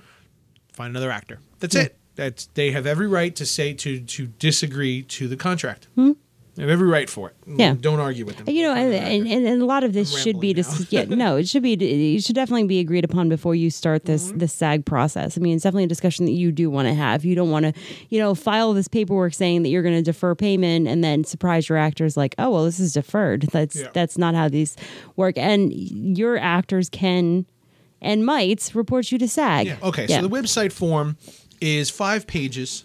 Speaker 1: Find another actor. That's
Speaker 2: Hmm.
Speaker 1: it. That's they have every right to say to to disagree to the contract. They have every right for it.
Speaker 2: Hmm? Yeah.
Speaker 1: Don't argue with them.
Speaker 2: You know,
Speaker 1: Find
Speaker 2: and,
Speaker 1: another actor.
Speaker 2: and, and, and a lot of this
Speaker 1: I'm
Speaker 2: should be
Speaker 1: rambling
Speaker 2: dis- yeah, no, it should be it should definitely be agreed upon before you start this
Speaker 1: Mm-hmm.
Speaker 2: this SAG process. I mean, it's definitely a discussion that you do want to have. You don't want to, you know, file this paperwork saying that you're going to defer payment and then surprise your actors like, "Oh, well, this is deferred." That's
Speaker 1: Yeah.
Speaker 2: that's not how these work. And your actors can and might report you to SAG.
Speaker 1: Yeah. Okay,
Speaker 2: Yeah.
Speaker 1: so the website form is five pages.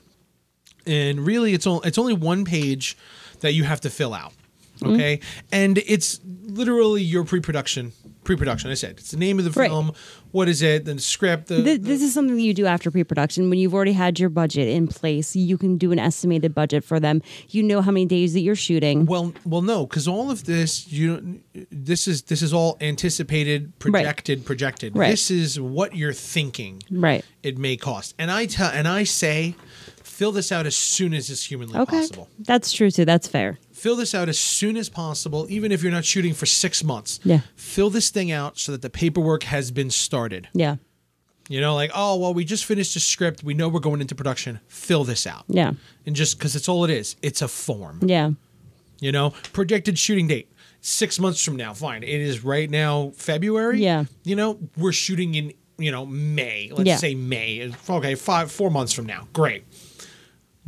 Speaker 1: and really it's only it's only one page that you have to fill out
Speaker 2: Mm-hmm.
Speaker 1: okay and it's literally your pre-production pre-production i said it's the name of the
Speaker 2: Right.
Speaker 1: film what is it the script the,
Speaker 2: Th- this is something that you do after pre-production when you've already had your budget in place you can do an estimated budget for them you know how many days that you're shooting
Speaker 1: well well no because all of this you this is this is all anticipated projected projected
Speaker 2: Right.
Speaker 1: this is what you're thinking
Speaker 2: right
Speaker 1: it may cost and i tell and i say fill this out as soon as it's humanly
Speaker 2: okay
Speaker 1: possible
Speaker 2: that's true too that's fair
Speaker 1: fill this out as soon as possible, even if you're not shooting for six months.
Speaker 2: Yeah.
Speaker 1: Fill this thing out so that the paperwork has been started.
Speaker 2: yeah
Speaker 1: You know, like, oh, well, we just finished the script. We know we're going into production. Fill this out.
Speaker 2: yeah
Speaker 1: And just because it's all it is, it's a form.
Speaker 2: yeah
Speaker 1: You know, projected shooting date, six months from now. Fine. It is right now February.
Speaker 2: Yeah.
Speaker 1: You know, we're shooting in, you know, May. Let's
Speaker 2: Yeah.
Speaker 1: say May. Okay, five, four months from now. Great.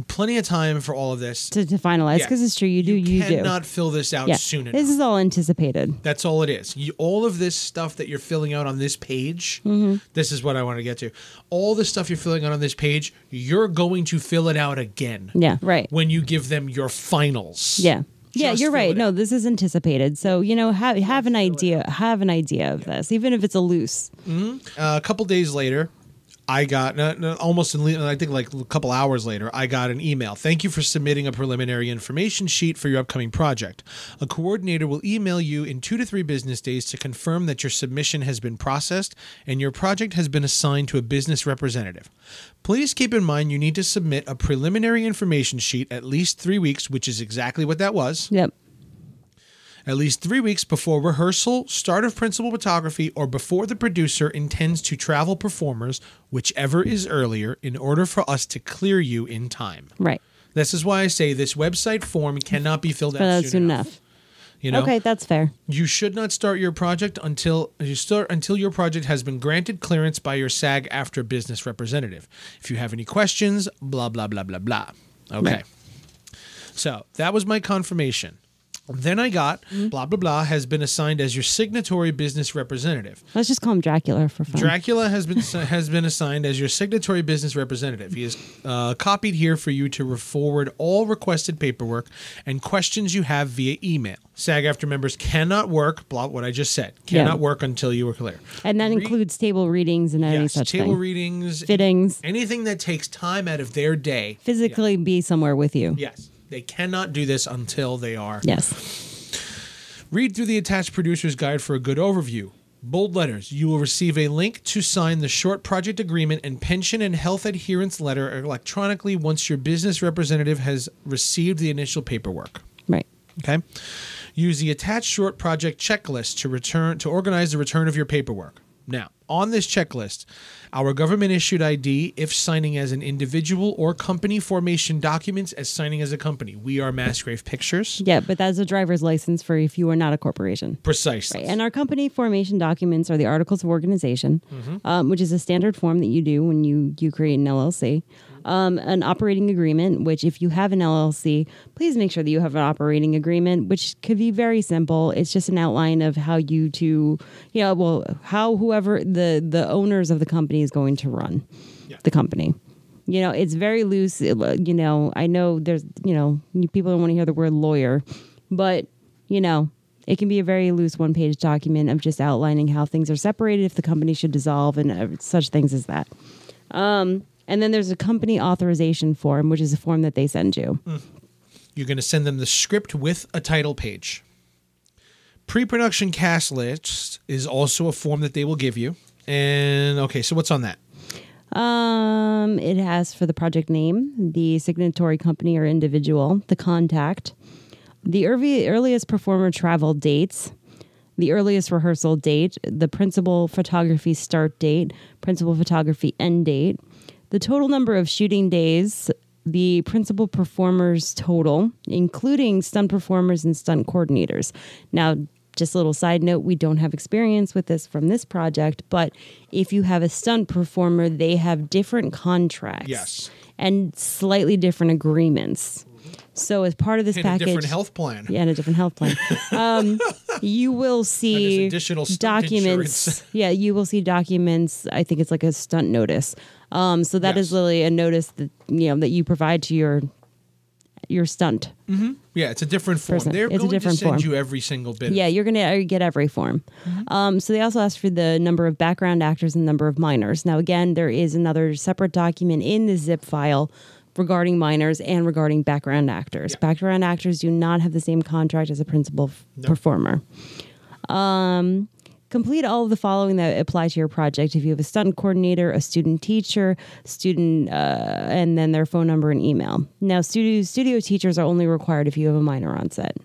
Speaker 1: Plenty of time for all of this.
Speaker 2: to, to finalize
Speaker 1: Yeah.
Speaker 2: because it's true you do you,
Speaker 1: you
Speaker 2: do
Speaker 1: cannot fill this out
Speaker 2: yeah
Speaker 1: soon enough.
Speaker 2: this is all anticipated
Speaker 1: That's all it is. You, all of this stuff that you're filling out on this page,
Speaker 2: Mm-hmm.
Speaker 1: this is what I want to get to. All the stuff you're filling out on this page, you're going to fill it out again.
Speaker 2: yeah right
Speaker 1: When you give them your finals.
Speaker 2: yeah yeah,
Speaker 1: Just
Speaker 2: you're
Speaker 1: fill
Speaker 2: right.
Speaker 1: it
Speaker 2: No,
Speaker 1: out.
Speaker 2: this is anticipated. So, you know, have have an idea, have an idea of this, even if it's a loose.
Speaker 1: Uh, a couple days later, I got no, no, almost in, le- I think like a couple hours later, I got an email. Thank you for submitting a preliminary information sheet for your upcoming project. A coordinator will email you in two to three business days to confirm that your submission has been processed and your project has been assigned to a business representative. Please keep in mind you need to submit a preliminary information sheet at least three weeks, which is exactly what that was
Speaker 2: Yep. Right.
Speaker 1: This is why I say this website form cannot be filled out
Speaker 2: But
Speaker 1: soon,
Speaker 2: that's soon
Speaker 1: enough.
Speaker 2: enough.
Speaker 1: You know,
Speaker 2: Okay, that's fair.
Speaker 1: you should not start your project until you start until your project has been granted clearance by your SAG after business representative. If you have any questions, blah blah blah blah blah. Okay.
Speaker 2: Right.
Speaker 1: So that was my confirmation. Then I got blah blah blah has been assigned as your signatory business representative.
Speaker 2: Let's just call him Dracula for fun.
Speaker 1: Dracula has been has been assigned as your signatory business representative. He is uh, copied here for you to re- forward all requested paperwork and questions you have via email. SAG after members cannot work. Blah, what I just said
Speaker 2: Yeah.
Speaker 1: cannot work until you are clear.
Speaker 2: and that includes table readings and any
Speaker 1: Yes,
Speaker 2: such
Speaker 1: table
Speaker 2: thing.
Speaker 1: readings,
Speaker 2: Fittings,
Speaker 1: anything that takes time out of their day.
Speaker 2: physically be somewhere with you.
Speaker 1: Yes, they cannot do this until they are
Speaker 2: Yes.
Speaker 1: Read through the attached producer's guide for a good overview. Bold letters. You will receive a link to sign the short project agreement and pension and health adherence letter electronically once your business representative has received the initial paperwork.
Speaker 2: Right.
Speaker 1: Okay. Use the attached short project checklist to return to organize the return of your paperwork. Now, on this checklist, our government issued ID if signing as an individual or company formation documents as signing as a company. We are Massgrave Pictures.
Speaker 2: Yeah, but that's a driver's license for if you are not a corporation.
Speaker 1: Precisely.
Speaker 2: Right. And our company formation documents are the articles of organization, um, which is a standard form that you do when you, you create an LLC. Um, an operating agreement, which if you have an LLC, please make sure that you have an operating agreement, which could be very simple. It's just an outline of how you two, you know, well, how whoever the the owners of the company is going to run
Speaker 1: Yeah.
Speaker 2: the company. You know, it's very loose. It- uh, You know, I know there's, you know, you- people don't want to hear the word lawyer, but, you know, it can be a very loose one page document of just outlining how things are separated, if the company should dissolve, and uh, such things as that. Um, and then there's a company authorization form, which is a form that they send you.
Speaker 1: You're going to send them the script with a title page. Pre production cast list is also a form that they will give you. And okay, so what's on that?
Speaker 2: Um, it has for the project name, the signatory company or individual, the contact, the early, earliest performer travel dates, the earliest rehearsal date, the principal photography start date, principal photography end date, the total number of shooting days, the principal performers total, including stunt performers and stunt coordinators. Now, just a little side note, we don't have experience with this from this project, but if you have a stunt performer, they have different contracts
Speaker 1: Yes.
Speaker 2: and slightly different agreements. So as part of this
Speaker 1: And a
Speaker 2: package,
Speaker 1: different health plan.
Speaker 2: yeah, and a different health plan. Um, you will see
Speaker 1: additional stunt
Speaker 2: documents.
Speaker 1: insurance.
Speaker 2: yeah, you will see documents. I think it's like a stunt notice. Um, so that is
Speaker 1: Yes.
Speaker 2: literally a notice that you know that you provide to your your stunt.
Speaker 1: Mm-hmm. Yeah, it's a different form.
Speaker 2: Person.
Speaker 1: They're
Speaker 2: It's a
Speaker 1: going
Speaker 2: different
Speaker 1: to send
Speaker 2: form.
Speaker 1: you every single bit.
Speaker 2: Yeah, you're gonna uh, get every form.
Speaker 1: Mm-hmm.
Speaker 2: Um, so they also asked for the number of background actors and number of minors. Now, again, there is another separate document in the zip file regarding minors and regarding background actors.
Speaker 1: Yeah.
Speaker 2: Background actors do not have the same contract as a principal f-
Speaker 1: No.
Speaker 2: performer. Um, complete all of the following that apply to your project. If you have a stunt coordinator, a student teacher, student, uh, and then their phone number and email. Now, studio studio teachers are only required if you have a minor on set,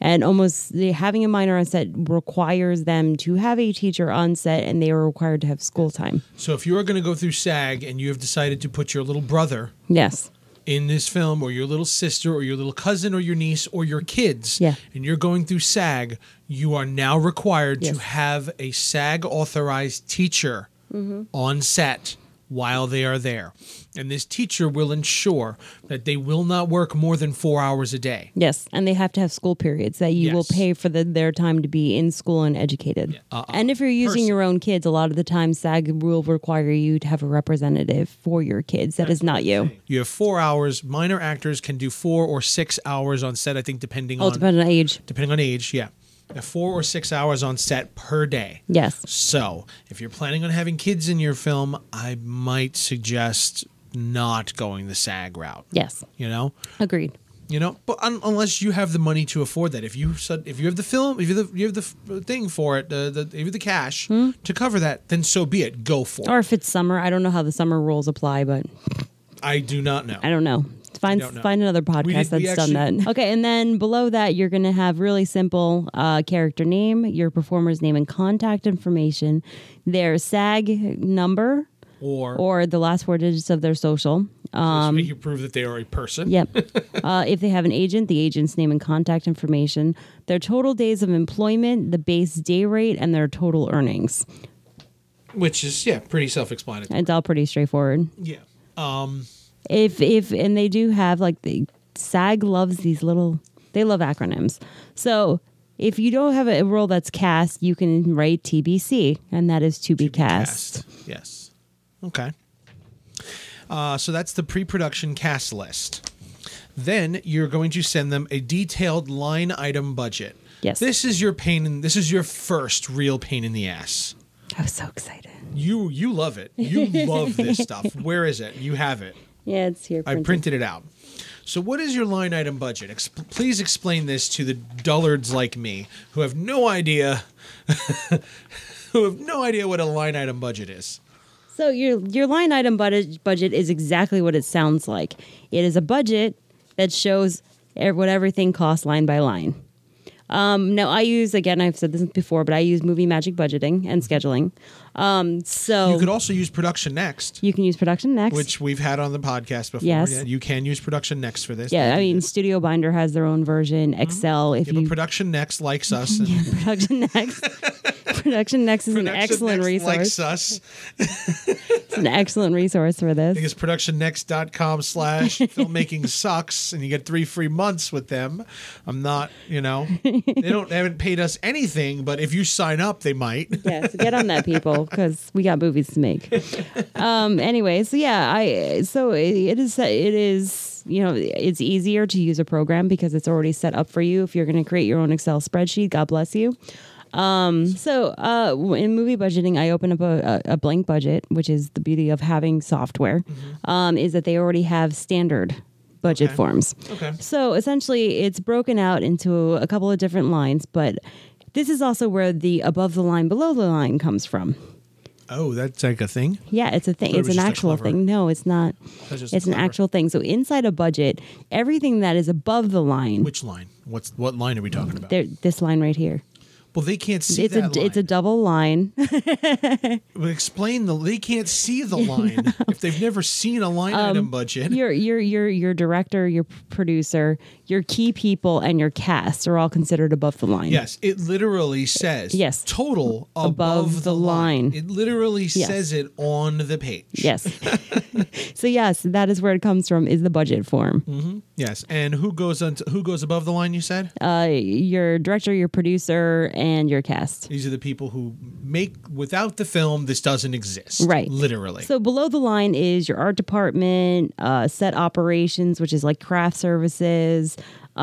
Speaker 2: and almost the, having a minor on set requires them to have a teacher on set, and they are required to have school time.
Speaker 1: So if you are going to go through SAG and you have decided to put your little brother
Speaker 2: Yes.
Speaker 1: in this film, or your little sister, or your little cousin, or your niece, or your kids,
Speaker 2: Yeah.
Speaker 1: and you're going through SAG, you are now required
Speaker 2: Yes.
Speaker 1: to have a SAG authorized teacher
Speaker 2: Mm-hmm.
Speaker 1: on set while they are there. And this teacher will ensure that they will not work more than four hours a day.
Speaker 2: Yes, and they have to have school periods that you will
Speaker 1: Yes.
Speaker 2: pay for the, their time to be in school and educated.
Speaker 1: Uh, uh,
Speaker 2: and if you're using
Speaker 1: person.
Speaker 2: your own kids, a lot of the time SAG will require you to have a representative for your kids. That is not you.
Speaker 1: You have four hours. Minor actors can do four or six hours on set, I think, depending
Speaker 2: All
Speaker 1: on
Speaker 2: depends on age.
Speaker 1: depending on age. Yeah, Uh, four or six hours on set per day.
Speaker 2: Yes.
Speaker 1: So, if you're planning on having kids in your film, I might suggest not going the SAG route.
Speaker 2: Yes.
Speaker 1: You know,
Speaker 2: Agreed.
Speaker 1: you know, but un- unless you have the money to afford that, if you sud- if you have the film, if you have the, you have the f- thing for it, the, the if you have the cash to cover that, then so be it. Go for
Speaker 2: Or
Speaker 1: it.
Speaker 2: if it's summer, I don't know how the summer rules apply, but
Speaker 1: I do not know.
Speaker 2: I don't know. Find
Speaker 1: don't know.
Speaker 2: find another podcast
Speaker 1: We did-
Speaker 2: that's
Speaker 1: we
Speaker 2: done
Speaker 1: actually-
Speaker 2: that. Okay, and then below that, you're going to have really simple uh, character name, your performer's name and contact information, their SAG number,
Speaker 1: Or,
Speaker 2: or the last four digits of their social. Uh,
Speaker 1: um, you prove that they are a person.
Speaker 2: Yep. uh, if they have an agent, the agent's name and contact information, their total days of employment, the base day rate, and their total earnings.
Speaker 1: which is yeah, pretty self-explanatory.
Speaker 2: It's all pretty straightforward.
Speaker 1: Yeah. Um,
Speaker 2: If if and they do have like the SAG loves these little they love acronyms. So if you don't have a role that's cast, you can write TBC, and that is to be, cast.
Speaker 1: cast. Yes. Okay. Uh, so that's the pre-production cast list. Then you're going to send them a detailed line item budget.
Speaker 2: Yes.
Speaker 1: This is your pain in this is your first real pain in the ass.
Speaker 2: I was so excited.
Speaker 1: You you love it. You love this stuff. Where is it? You have it.
Speaker 2: Yeah, it's here.
Speaker 1: I printed it out. So, what is your line item budget? Exp- please explain this to the dullards like me who have no idea, who have no idea what a line item budget is.
Speaker 2: So your your line item budget budget is exactly what it sounds like. It is a budget that shows ev- what everything costs line by line. Um, now I use again I've said this before, but I use movie magic budgeting and scheduling. Um, so
Speaker 1: You could also use production next,
Speaker 2: you can use production next.
Speaker 1: which we've had on the podcast before.
Speaker 2: Yes.
Speaker 1: Yeah, you can use production next for this.
Speaker 2: yeah, I
Speaker 1: You
Speaker 2: mean Studio Binder has their own
Speaker 1: Mm-hmm.
Speaker 2: version. Excel, if
Speaker 1: can- Yeah,
Speaker 2: you
Speaker 1: but production next likes us. And
Speaker 2: production next, production next is an
Speaker 1: Production
Speaker 2: excellent
Speaker 1: Next
Speaker 2: resource.
Speaker 1: Likes us.
Speaker 2: It's an excellent resource for this.
Speaker 1: I think it's productionnext.com slash filmmaking sucks, and you get three free months with them. I'm not, you know, they don't they haven't paid us anything, but if you sign up, they might.
Speaker 2: yeah, so get on that, people, because we got movies to make. Um, anyway, so yeah, I so it, it is it is you know it's easier to use a program because it's already set up for you. If you're going to create your own Excel spreadsheet, God bless you. Um, so uh, w- in movie budgeting, I open up a, a a blank budget, which is the beauty of having software, um, is that they already have standard budget
Speaker 1: Okay.
Speaker 2: forms.
Speaker 1: Okay.
Speaker 2: So essentially, it's broken out into a couple of different lines, but this is also where the above the line, below the line comes from.
Speaker 1: Oh, that's like a thing.
Speaker 2: Yeah, it's a thing.
Speaker 1: it
Speaker 2: It's
Speaker 1: was
Speaker 2: an
Speaker 1: just a
Speaker 2: actual
Speaker 1: clever-
Speaker 2: thing. No, it's not.
Speaker 1: was just a
Speaker 2: It's an
Speaker 1: clever-
Speaker 2: actual thing. So inside a budget, everything that is above the line,
Speaker 1: Which line? What's what line are we talking about?
Speaker 2: there, this line right here,
Speaker 1: well, they can't see
Speaker 2: it's a
Speaker 1: that
Speaker 2: it's a double line.
Speaker 1: Well, explain the. They can't see the line
Speaker 2: Um,
Speaker 1: if they've never seen a line item budget.
Speaker 2: your your your your director, your p- producer, your key people and your cast are all considered above the line.
Speaker 1: Yes, it literally says
Speaker 2: Yes.
Speaker 1: total above,
Speaker 2: Above
Speaker 1: the,
Speaker 2: the
Speaker 1: line.
Speaker 2: line.
Speaker 1: It literally says it on the page.
Speaker 2: Yes. so yes, that is where it comes from. Is the budget form.
Speaker 1: Yes. And who goes on to, who goes above the line you said?
Speaker 2: Uh, your director, your producer, and your cast.
Speaker 1: These are the people who make without the film this doesn't exist.
Speaker 2: Right.
Speaker 1: Literally.
Speaker 2: So below the line is your art department, uh, set operations, which is like craft services,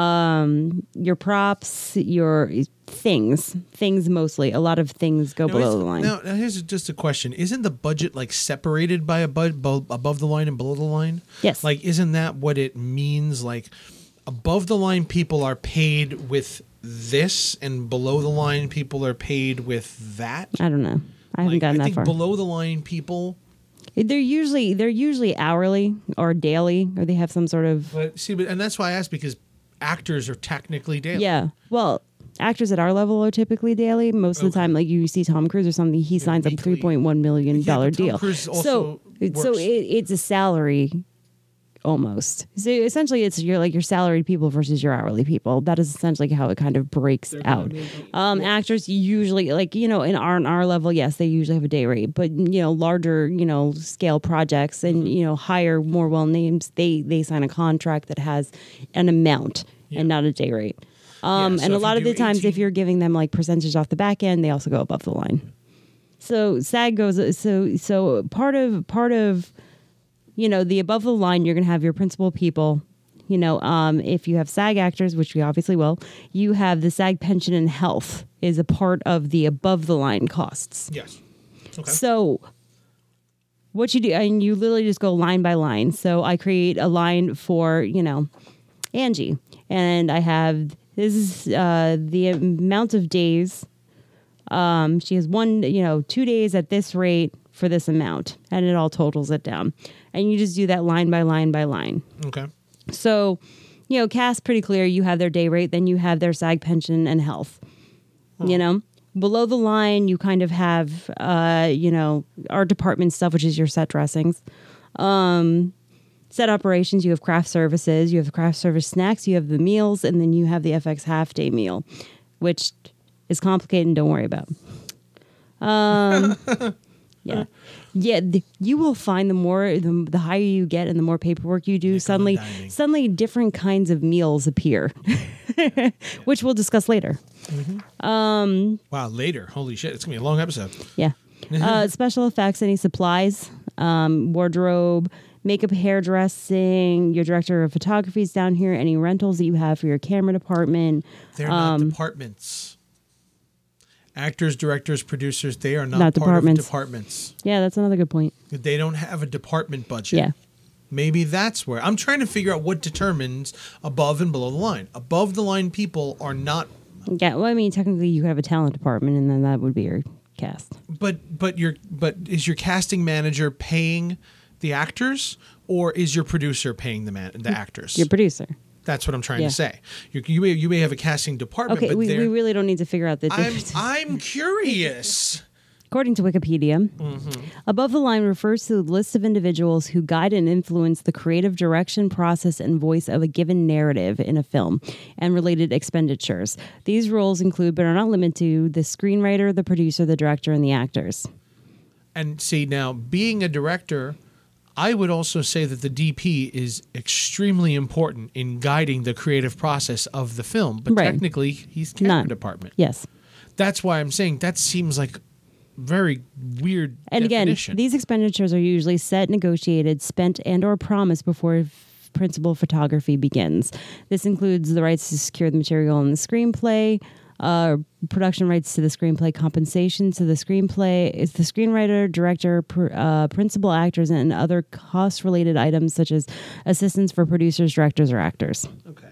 Speaker 2: um, your props, your things, things mostly. A lot of things go
Speaker 1: Now,
Speaker 2: below
Speaker 1: is-
Speaker 2: the line.
Speaker 1: Now, now here's just a question: Isn't the budget like separated by above above the line and below the line?
Speaker 2: Yes.
Speaker 1: Like, isn't that what it means? Like, above the line people are paid with this, and below the line people are paid with that.
Speaker 2: I don't know. I haven't
Speaker 1: Like,
Speaker 2: gotten
Speaker 1: I
Speaker 2: that
Speaker 1: think
Speaker 2: far.
Speaker 1: below the line people.
Speaker 2: they're usually they're usually hourly or daily, or they have some sort of
Speaker 1: But see, but, and that's why I asked because actors are technically daily.
Speaker 2: yeah. Well, actors at our level are typically daily. Most of the time, like you see Tom Cruise or something, he signs a
Speaker 1: weekly.
Speaker 2: three point one million
Speaker 1: Yeah,
Speaker 2: dollar
Speaker 1: but Tom
Speaker 2: deal.
Speaker 1: Cruise also
Speaker 2: so so
Speaker 1: works-
Speaker 2: it, it's a salary almost. So essentially, it's your like your salaried people versus your hourly people. That is essentially how it kind of breaks out. Um, actors usually like you know in our in our level, yes, they usually have a day rate, but you know larger you know scale projects
Speaker 1: Mm-hmm.
Speaker 2: and you know higher more well names, they they sign a contract that has an amount and not a day rate. Um,
Speaker 1: so
Speaker 2: and a
Speaker 1: if you
Speaker 2: lot of
Speaker 1: do
Speaker 2: the times,
Speaker 1: 18
Speaker 2: if you're giving them like percentage off the back end, they also go above the line. So SAG goes uh, so so part of part of you know, the above the line, you're going to have your principal people. You know, um, if you have SAG actors, which we obviously will, you have the SAG pension and health is a part of the above the line costs.
Speaker 1: Yes. Okay.
Speaker 2: So, what you do, and you literally just go line by line. So, I create a line for, you know, Angie, and I have this is uh, the amount of days. Um, she has one, you know, two days at this rate for this amount, and it all totals it down. And you just do that line by line by line.
Speaker 1: okay.
Speaker 2: So, you know, cast pretty clear. You have their day rate, then you have their SAG pension and health. You know, below the line, you kind of have, uh, you know, our department stuff, which is your set dressings, um, set operations. You have craft services. You have craft service snacks. You have the meals, and then you have the FX half day meal, which is complicated. and Don't worry about. Um, yeah, yeah. th- you will find the more the, the higher you get, and the more paperwork you do, suddenly
Speaker 1: diming.
Speaker 2: suddenly different kinds of meals appear, which we'll discuss later.
Speaker 1: Wow. Later. Holy shit! It's gonna be a long episode.
Speaker 2: Yeah.
Speaker 1: Mm-hmm.
Speaker 2: Uh, special effects, any supplies, um, wardrobe, makeup, hairdressing, your director of photography is down here, any rentals that you have for your camera department. Um,
Speaker 1: They're not departments. Actors, directors, producers, they are not,
Speaker 2: Not
Speaker 1: part
Speaker 2: departments.
Speaker 1: of departments.
Speaker 2: Yeah, that's another good point.
Speaker 1: They don't have a department budget.
Speaker 2: Yeah.
Speaker 1: Maybe that's where I'm trying to figure out what determines above and below the line. Above the line people are not
Speaker 2: Yeah. Well, I mean, technically, you have a talent department, and then that would be your cast.
Speaker 1: but but your but is your casting manager paying the actors or is your producer paying the man the actors?
Speaker 2: Mm, Your producer.
Speaker 1: That's what I'm trying
Speaker 2: Yeah.
Speaker 1: to say. You, you may you may have a casting department,
Speaker 2: Okay,
Speaker 1: but
Speaker 2: we,
Speaker 1: they're
Speaker 2: we really don't need to figure out the
Speaker 1: I'm
Speaker 2: difference.
Speaker 1: I'm curious.
Speaker 2: According to Wikipedia, above the line refers to the list of individuals who guide and influence the creative direction, process, and voice of a given narrative in a film and related expenditures. These roles include, but are not limited to, the screenwriter, the producer, the director, and the actors.
Speaker 1: And see, now being a director, I would also say that the DP is extremely important in guiding the creative process of the film. But
Speaker 2: Right.
Speaker 1: technically, he's camera
Speaker 2: Not-
Speaker 1: department.
Speaker 2: Yes.
Speaker 1: That's why I'm saying that seems like very weird.
Speaker 2: And
Speaker 1: definition.
Speaker 2: again, these expenditures are usually set, negotiated, spent, and or promised before f- principal photography begins. This includes the rights to secure the material in the screenplay, uh, production rights to the screenplay, compensation to the screenplay, is the screenwriter, director, pr- uh, principal actors, and other cost-related items such as assistance for producers, directors, or actors.
Speaker 1: okay.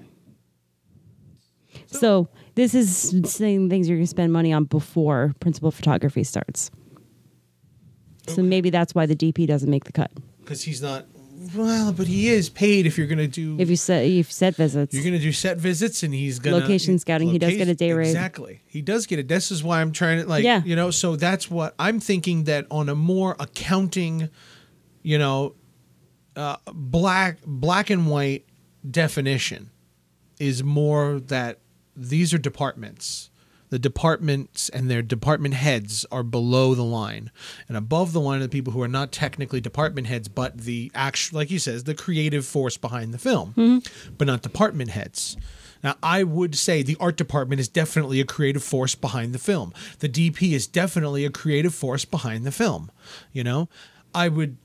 Speaker 2: So this is saying things you're going to spend money on before principal photography starts. So maybe that's why the DP doesn't make the cut.
Speaker 1: Because he's not. Well, but he is paid if you're going to do.
Speaker 2: If you set if set visits,
Speaker 1: You're going to do set visits, and he's going to
Speaker 2: Location scouting, he does get a day rate.
Speaker 1: Exactly, he does get it. This is why I'm trying to like,
Speaker 2: Yeah.
Speaker 1: you know. So that's what I'm thinking that on a more accounting, you know, uh, black black and white definition, is more that these are departments. The departments and their department heads are below the line, and above the line are the people who are not technically department heads, but the actual, like you says, the creative force behind the film, but not department heads. Now, I would say the art department is definitely a creative force behind the film. The DP is definitely a creative force behind the film. You know, I would,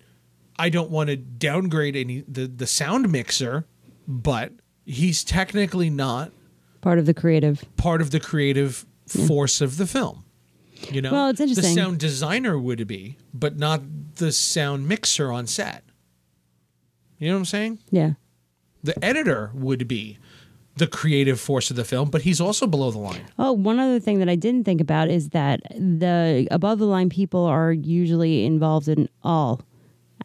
Speaker 1: I don't want to downgrade any the the sound mixer, but he's technically not
Speaker 2: part of the creative.
Speaker 1: part of the creative force of the film. You know,
Speaker 2: Well, it's interesting.
Speaker 1: The sound designer would be, but not the sound mixer on set. You know what I'm saying?
Speaker 2: Yeah.
Speaker 1: The editor would be the creative force of the film, but he's also below the line.
Speaker 2: Oh, one other thing that I didn't think about is that the above the line people are usually involved in all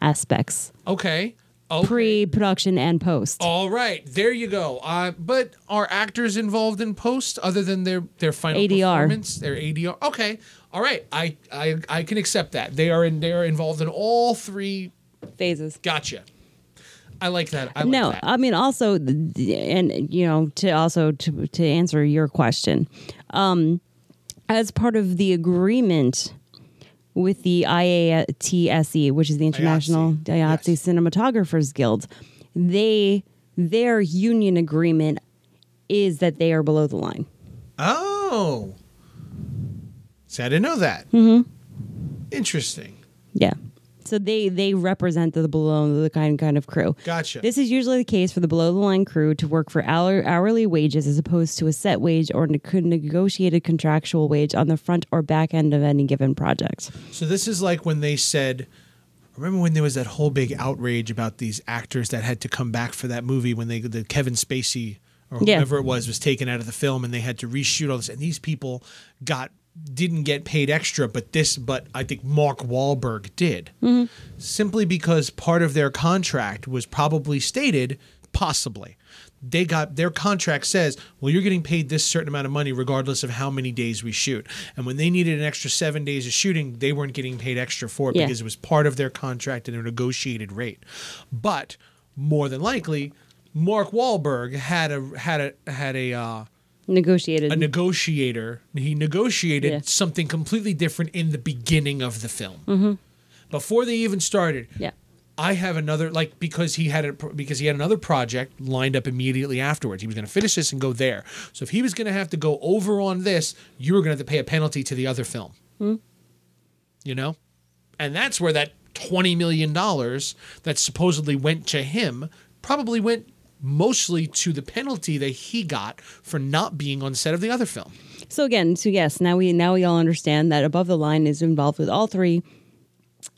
Speaker 2: aspects
Speaker 1: Okay. Oh,
Speaker 2: pre production and post.
Speaker 1: all right. There you go. Uh, but are actors involved in post other than their their final
Speaker 2: ADR.
Speaker 1: performance? Their ADR. Okay. All right. I, I I can accept that. They are in. They are involved in all three
Speaker 2: Phases.
Speaker 1: Gotcha. I like that. I like
Speaker 2: no uh
Speaker 1: that.
Speaker 2: i mean also th- th- and you know to also to, to answer your question um as part of the agreement with the IATSE E, which is the International
Speaker 1: E. Yes.
Speaker 2: IATSE E Cinematographers Guild they their union agreement is that they are below the line
Speaker 1: Oh. See, I didn't know that. Mm-hmm. Interesting.
Speaker 2: yeah so they they represent the below the kind kind of crew
Speaker 1: Gotcha.
Speaker 2: This is usually the case for the below the line crew to work for hour, hourly wages as opposed to a set wage or ne- negotiated contractual wage on the front or back end of any given project.
Speaker 1: so this is like when they said, remember when there was that whole big outrage about these actors that had to come back for that movie when they the Kevin Spacey or
Speaker 2: Yeah.
Speaker 1: whoever it was was taken out of the film and they had to reshoot all this and these people got didn't get paid extra, but this but I think Mark Wahlberg did simply because part of their contract was probably stated possibly they got their contract says well you're getting paid this certain amount of money regardless of how many days we shoot and when they needed an extra seven days of shooting they weren't getting paid extra for it
Speaker 2: Yeah.
Speaker 1: because it was part of their contract at a negotiated rate but more than likely mark Wahlberg had a had a had a uh,
Speaker 2: Negotiated.
Speaker 1: a negotiator. He negotiated
Speaker 2: Yeah.
Speaker 1: something completely different in the beginning of the film, before they even started.
Speaker 2: Mm-hmm. Yeah.
Speaker 1: I have another like because he had a, because he had another project lined up immediately afterwards. He was going to finish this and go there. So if he was going to have to go over on this, you were going to have to pay a penalty to the other film.
Speaker 2: Hmm.
Speaker 1: You know, and that's where that twenty million dollars that supposedly went to him probably went mostly to the penalty that he got for not being on set of the other film.
Speaker 2: so again, so yes, now we now we all understand that above the line is involved with all three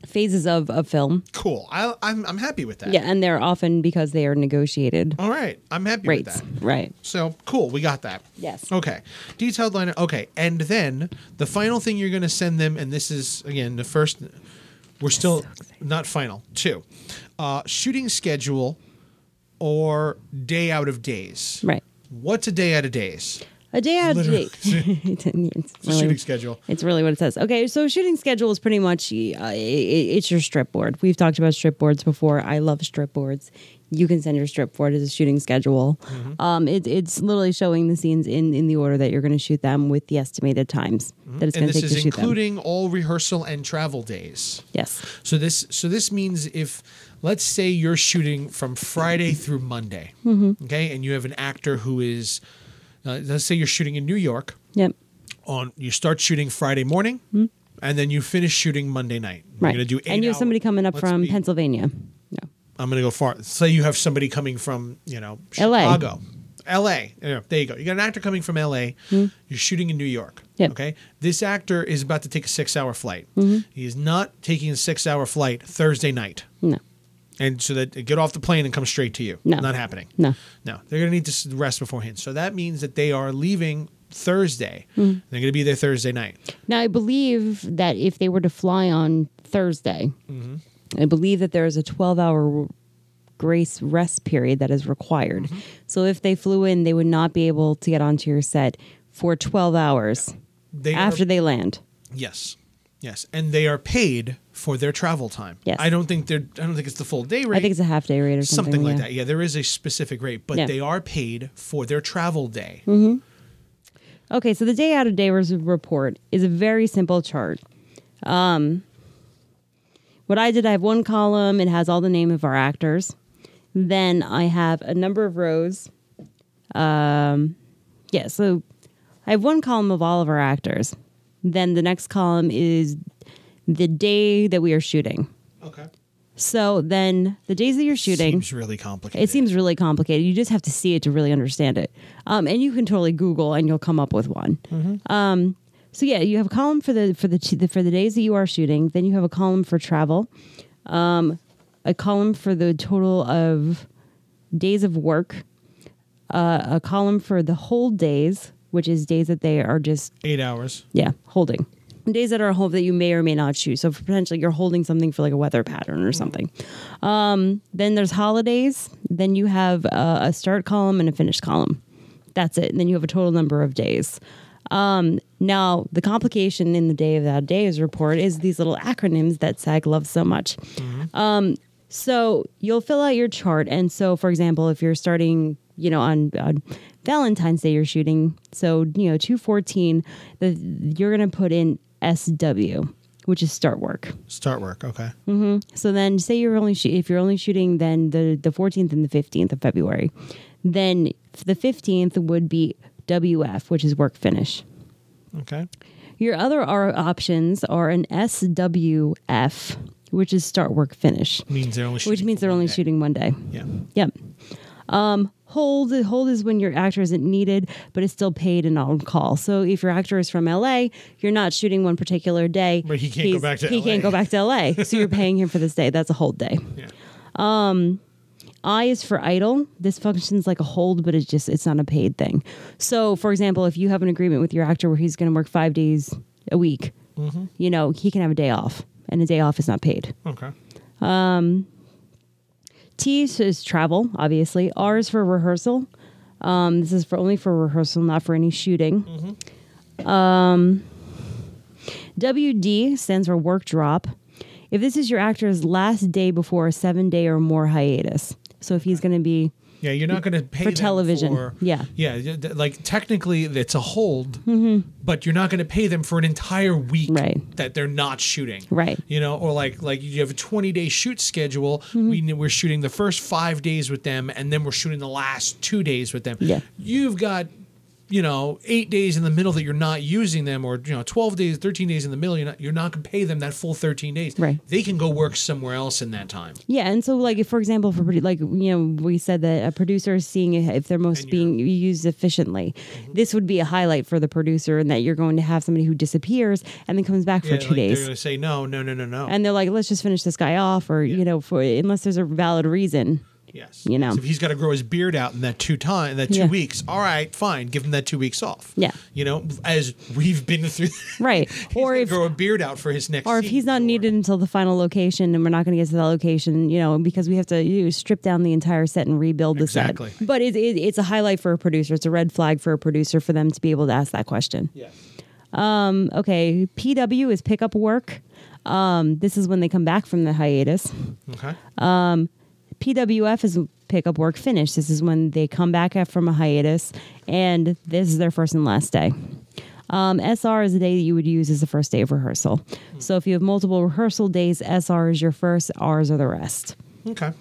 Speaker 2: phases of a film.
Speaker 1: Cool. I, I'm I'm happy with that.
Speaker 2: Yeah, and they're often because they are negotiated
Speaker 1: All right. I'm happy with
Speaker 2: rates.
Speaker 1: that.
Speaker 2: Right.
Speaker 1: So cool, we got that.
Speaker 2: Yes.
Speaker 1: Okay. Detailed liner. Okay, and then the final thing you're going to send them, and this is again the first. We're still not final. Two, uh, shooting schedule, or day out of days.
Speaker 2: Right.
Speaker 1: What's a day out of days?
Speaker 2: A day out of
Speaker 1: Literally.
Speaker 2: date.
Speaker 1: It's
Speaker 2: it's
Speaker 1: a
Speaker 2: really-
Speaker 1: shooting schedule.
Speaker 2: It's really what it says. Okay, so shooting schedule is pretty much uh, i- i it's your strip board. We've talked about strip boards before. I love strip boards. You can send your strip board as a shooting schedule.
Speaker 1: Mm-hmm.
Speaker 2: Um, it, it's literally showing the scenes in, in the order that you're going to shoot them with the estimated times that it's
Speaker 1: Mm-hmm. And
Speaker 2: going to
Speaker 1: this
Speaker 2: take to
Speaker 1: is
Speaker 2: shoot them.
Speaker 1: including all rehearsal and travel days.
Speaker 2: Yes,
Speaker 1: So this so this means if let's say you're shooting from Friday through Monday,
Speaker 2: Mm-hmm.
Speaker 1: okay, and you have an actor who is, uh, let's say you're shooting in New York
Speaker 2: yep,
Speaker 1: on you start shooting Friday morning, and then you finish shooting Monday night. You're
Speaker 2: Hmm. right.
Speaker 1: gonna do eight
Speaker 2: and you have
Speaker 1: hour-
Speaker 2: somebody coming up
Speaker 1: let's
Speaker 2: from
Speaker 1: be-
Speaker 2: Pennsylvania. No,
Speaker 1: I'm gonna go far. Say you have somebody coming from you know
Speaker 2: LA.
Speaker 1: Chicago, L.A. Yeah, there you go. You got an actor coming from L.A. You're shooting in New York.
Speaker 2: Hmm. Yep. Mm-hmm.
Speaker 1: Okay. This actor is about to take a six-hour flight. He is not taking a six-hour flight Thursday night.
Speaker 2: no,
Speaker 1: and so that they get off the plane and come straight to you.
Speaker 2: No.
Speaker 1: not happening.
Speaker 2: No.
Speaker 1: no, they're going to need to s- rest beforehand. So that means that they are leaving Thursday.
Speaker 2: Hmm.
Speaker 1: They're going to be there Thursday night.
Speaker 2: Now, I believe that if they were to fly on Thursday,
Speaker 1: Mm-hmm.
Speaker 2: I believe that there is a 12 hour grace rest period that is required.
Speaker 1: Mm-hmm.
Speaker 2: So if they flew in, they would not be able to get onto your set for 12 hours
Speaker 1: They
Speaker 2: after
Speaker 1: are,
Speaker 2: they land.
Speaker 1: yes, Yes, and they are paid for their travel time.
Speaker 2: Yes.
Speaker 1: I don't think they're. I don't think it's the full day rate.
Speaker 2: I think it's a half day rate or something,
Speaker 1: something, like
Speaker 2: yeah.
Speaker 1: that. Yeah, there is a specific rate, but
Speaker 2: Yeah. Hmm.
Speaker 1: they are paid for their travel day.
Speaker 2: Okay, so the day out of day res- report is a very simple chart. Um, what I did, I have one column. It has all the name of our actors. Then I have a number of rows. Um, yeah, so I have one column of all of our actors. Then the next column is the day that we are shooting.
Speaker 1: Okay.
Speaker 2: So then the days that you're shooting,
Speaker 1: Seems really complicated.
Speaker 2: it seems really complicated. You just have to see it to really understand it. Um, and you can totally Google and you'll come up with one. Um, so yeah, you have a column for the for the t- for the days that you are shooting. Then you have a column for travel, um, a column for the total of days of work, uh, a column for the whole days, which is days that they are just
Speaker 1: eight hours.
Speaker 2: yeah, holding. Days that are home that you may or may not choose. So potentially you're holding something for like a weather pattern or something. Um, then there's holidays. Then you have a, a start column and a finish column. That's it. And then you have a total number of days. Um, now the complication in the day of that day's report is these little acronyms that SAG loves so much. So you'll fill out your chart. And so, for example, if you're starting, you know, on, on Valentine's Day, you're shooting. So, you know, 214, the, you're going to put in SW, which is start work.
Speaker 1: Start work. Okay.
Speaker 2: Hmm. So then say you're only, shoo- if you're only shooting then the, the 14th and the 15th of February, then the 15th would be WF, which is work finish.
Speaker 1: Okay.
Speaker 2: Your other are options are an SWF, which is start work finish,
Speaker 1: Means they're only. Shooting
Speaker 2: which means they're
Speaker 1: for one
Speaker 2: only
Speaker 1: day.
Speaker 2: shooting one day.
Speaker 1: Yeah.
Speaker 2: Yep. Um, hold hold is when your actor isn't needed, but is still paid and on call. So if your actor is from LA, you're not shooting one particular day.
Speaker 1: But he can't go
Speaker 2: He's-
Speaker 1: back to
Speaker 2: he can't
Speaker 1: LA.
Speaker 2: go back to LA. So you're paying him for this day. That's a hold day.
Speaker 1: Yeah.
Speaker 2: I is for idle. This functions like a hold, but it's just it's not a paid thing. So for example, if you have an agreement with your actor where he's going to work five days a week,
Speaker 1: Mm-hmm.
Speaker 2: you know he can have a day off, and a day off is not paid.
Speaker 1: Okay.
Speaker 2: T is- is travel, obviously. R is for rehearsal. Um, this is for only for rehearsal, not for any shooting. Um,
Speaker 1: Mm-hmm.
Speaker 2: WD stands for work drop. If this is your actor's last day before a seven day or more hiatus, so if he's going to be
Speaker 1: Yeah, you're not going to pay
Speaker 2: For
Speaker 1: them
Speaker 2: television.
Speaker 1: for-
Speaker 2: Yeah. Mm-hmm.
Speaker 1: yeah. y- th- Like technically, it's a hold, but you're not going to pay them for an entire week
Speaker 2: Right.
Speaker 1: that they're not shooting.
Speaker 2: Right.
Speaker 1: You know, or like like you have a 20 day shoot schedule.
Speaker 2: Mm-hmm.
Speaker 1: We kn- we're shooting the first five days with them, and then we're shooting the last two days with them.
Speaker 2: Yeah.
Speaker 1: You've got. You know, eight days in the middle that you're not using them, or you know, twelve days, thirteen days in the middle, you're not you're not gonna pay them that full thirteen days.
Speaker 2: Right.
Speaker 1: They can go work somewhere else in that time.
Speaker 2: Yeah, and so like if, for example, for produ- like you know we said that a producer is seeing if they're most being used efficiently.
Speaker 1: Mm-hmm.
Speaker 2: This would be a highlight for the producer, and that you're going to have somebody who disappears and then comes back for
Speaker 1: Yeah,
Speaker 2: two
Speaker 1: like, They're
Speaker 2: days,
Speaker 1: gonna say no, no, no, no, no.
Speaker 2: and they're like, let's just finish this guy off, or you know, for unless there's a valid reason.
Speaker 1: Yes.
Speaker 2: You know.
Speaker 1: So if he's got to grow his beard out in that two time, that two
Speaker 2: Yeah.
Speaker 1: weeks. All right, fine. Give him that two weeks off.
Speaker 2: Yeah.
Speaker 1: You know, as we've been through.
Speaker 2: Right.
Speaker 1: or
Speaker 2: or if
Speaker 1: grow a beard out for his next.
Speaker 2: or if
Speaker 1: scene,
Speaker 2: he's not
Speaker 1: or-
Speaker 2: needed until the final location and we're not going to get to that location you know because we have to you know, strip down the entire set and rebuild the
Speaker 1: Exactly.
Speaker 2: set but it, it, it's a highlight for a producer it's a red flag for a producer for them to be able to ask that question
Speaker 1: Yeah.
Speaker 2: um, okay pw is pickup work um, this is when they come back from the hiatus
Speaker 1: Okay.
Speaker 2: pwf is pickup work finish this is when they come back af- from a hiatus and this is their first and last day um, SR is the day that you would use as the first day of rehearsal. So if you have multiple rehearsal days, SR is your first, R's are the rest.
Speaker 1: Okay.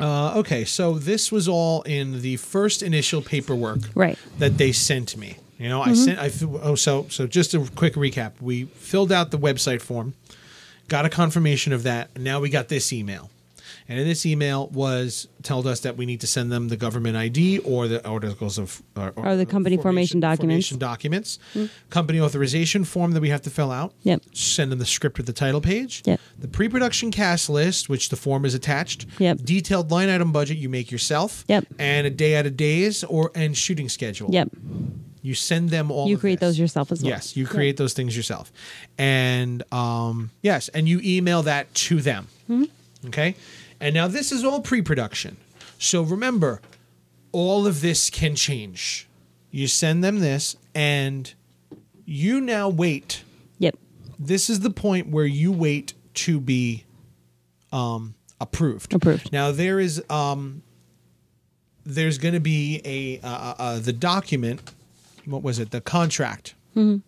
Speaker 1: Uh, okay. So this was all in the first initial paperwork.
Speaker 2: Right. Mm-hmm.
Speaker 1: That they sent me. You know, I sent. I fi- oh, so so just a quick recap. We filled out the website form, got a confirmation of that. And now we got this email. And in this email was told us that we need to send them the government ID or the articles of or,
Speaker 2: Or the company formation documents. Hmm.
Speaker 1: formation documents, company authorization form that we have to fill out.
Speaker 2: Yep.
Speaker 1: Send them the script with the title page.
Speaker 2: Yep.
Speaker 1: The pre-production cast list, which the form is attached.
Speaker 2: Yep.
Speaker 1: Detailed line item budget you make yourself.
Speaker 2: Yep.
Speaker 1: And a day out of days or and shooting schedule.
Speaker 2: Yep.
Speaker 1: You send them all.
Speaker 2: You
Speaker 1: of
Speaker 2: create
Speaker 1: this.
Speaker 2: those yourself as well.
Speaker 1: Yes, you create those things yourself, and um, yes, and you email that to them.
Speaker 2: Hmm?
Speaker 1: Okay, and now this is all pre-production, so remember, all of this can change. You send them this, and you now wait
Speaker 2: Yep.
Speaker 1: this is the point where you wait to be um, approved.
Speaker 2: Approved.
Speaker 1: Now there is um, there's going to be a uh, uh, uh, the document. What was it? The contract. The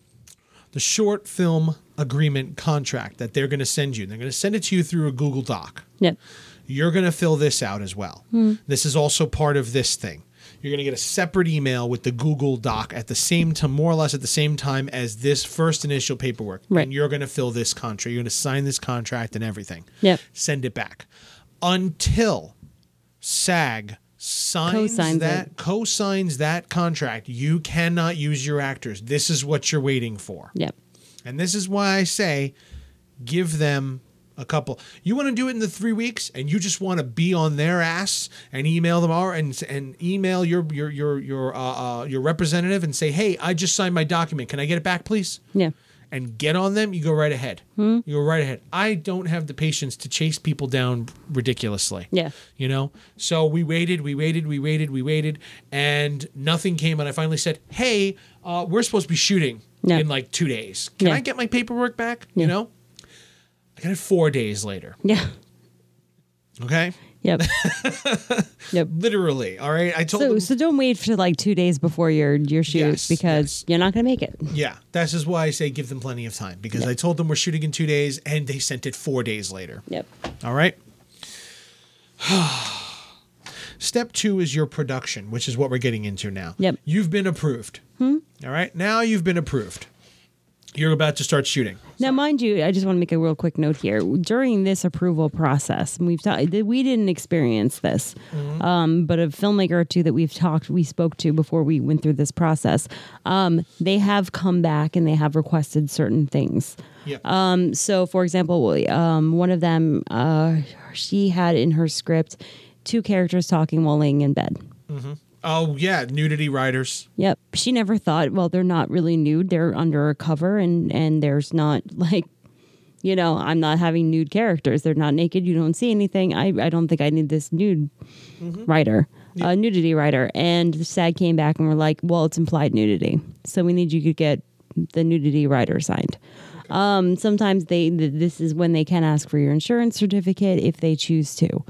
Speaker 1: short film agreement contract that they're going to send you. They're going to send it to you through a Google Doc
Speaker 2: Yep.
Speaker 1: you're going to fill this out as well.
Speaker 2: Hmm.
Speaker 1: This is also part of this thing. You're going to get a separate email with the Google Doc at the same time, more or less at the same time as this first initial paperwork.
Speaker 2: Right.
Speaker 1: And you're going to fill this contract. You're going to sign this contract and everything.
Speaker 2: Yep.
Speaker 1: Send it back until SAG signs
Speaker 2: Co-signs
Speaker 1: that
Speaker 2: it.
Speaker 1: co-signs that contract. You cannot use your actors. This is what you're waiting for.
Speaker 2: Yep.
Speaker 1: And this is why I say give them a couple. You want to do it in the three weeks and you just want to be on their ass and email them or and and email your your your your uh, uh, your representative and say, hey, I just signed my document. Can I get it back, please?
Speaker 2: Yeah.
Speaker 1: And get on them. You go right ahead.
Speaker 2: Hmm?
Speaker 1: You go right ahead. I don't have the patience to chase people down ridiculously.
Speaker 2: Yeah.
Speaker 1: You know? So we waited, we waited, we waited, we waited, and nothing came. And I finally said, hey, uh, we're supposed to be shooting
Speaker 2: Yeah.
Speaker 1: in like two days. Can
Speaker 2: Yeah.
Speaker 1: I get my paperwork back?
Speaker 2: Yeah.
Speaker 1: You know? I got it four days later.
Speaker 2: Yeah.
Speaker 1: Okay?
Speaker 2: Yep. yep.
Speaker 1: Literally. All right. I told
Speaker 2: So
Speaker 1: them,
Speaker 2: so don't wait for like two days before your your shoot
Speaker 1: Yes,
Speaker 2: because
Speaker 1: yes.
Speaker 2: you're not gonna make it.
Speaker 1: yeah, that's just why I say give them plenty of time because I told them we're shooting in two days and they sent it four days later.
Speaker 2: Yep.
Speaker 1: All right. Step two is your production, which is what we're getting into now.
Speaker 2: Yep. Hmm?
Speaker 1: You've been approved. All right. Now you've been approved. You're about to start shooting.
Speaker 2: Now, mind you, I just want to make a real quick note here. During this approval process, and we've talked that we didn't experience this, um, but a filmmaker or two that we've talked, we spoke to before we went through this process, um, they have come back and they have requested certain things.
Speaker 1: Yep.
Speaker 2: Um, so, for example, um, one of them, uh, she had in her script two characters talking while laying in bed.
Speaker 1: oh yeah, nudity riders.
Speaker 2: Yep. She never thought, well, they're not really nude. They're under a cover and and there's not like you know, I'm not having nude characters. They're not naked. You don't see anything. I, I don't think I need this nude
Speaker 1: Mm-hmm.
Speaker 2: writer, uh, nudity writer. And the SAG came back and were like, well, it's implied nudity. So we need you to get the nudity writer signed. Um, sometimes they th- this is when they can ask for your insurance certificate if they choose to.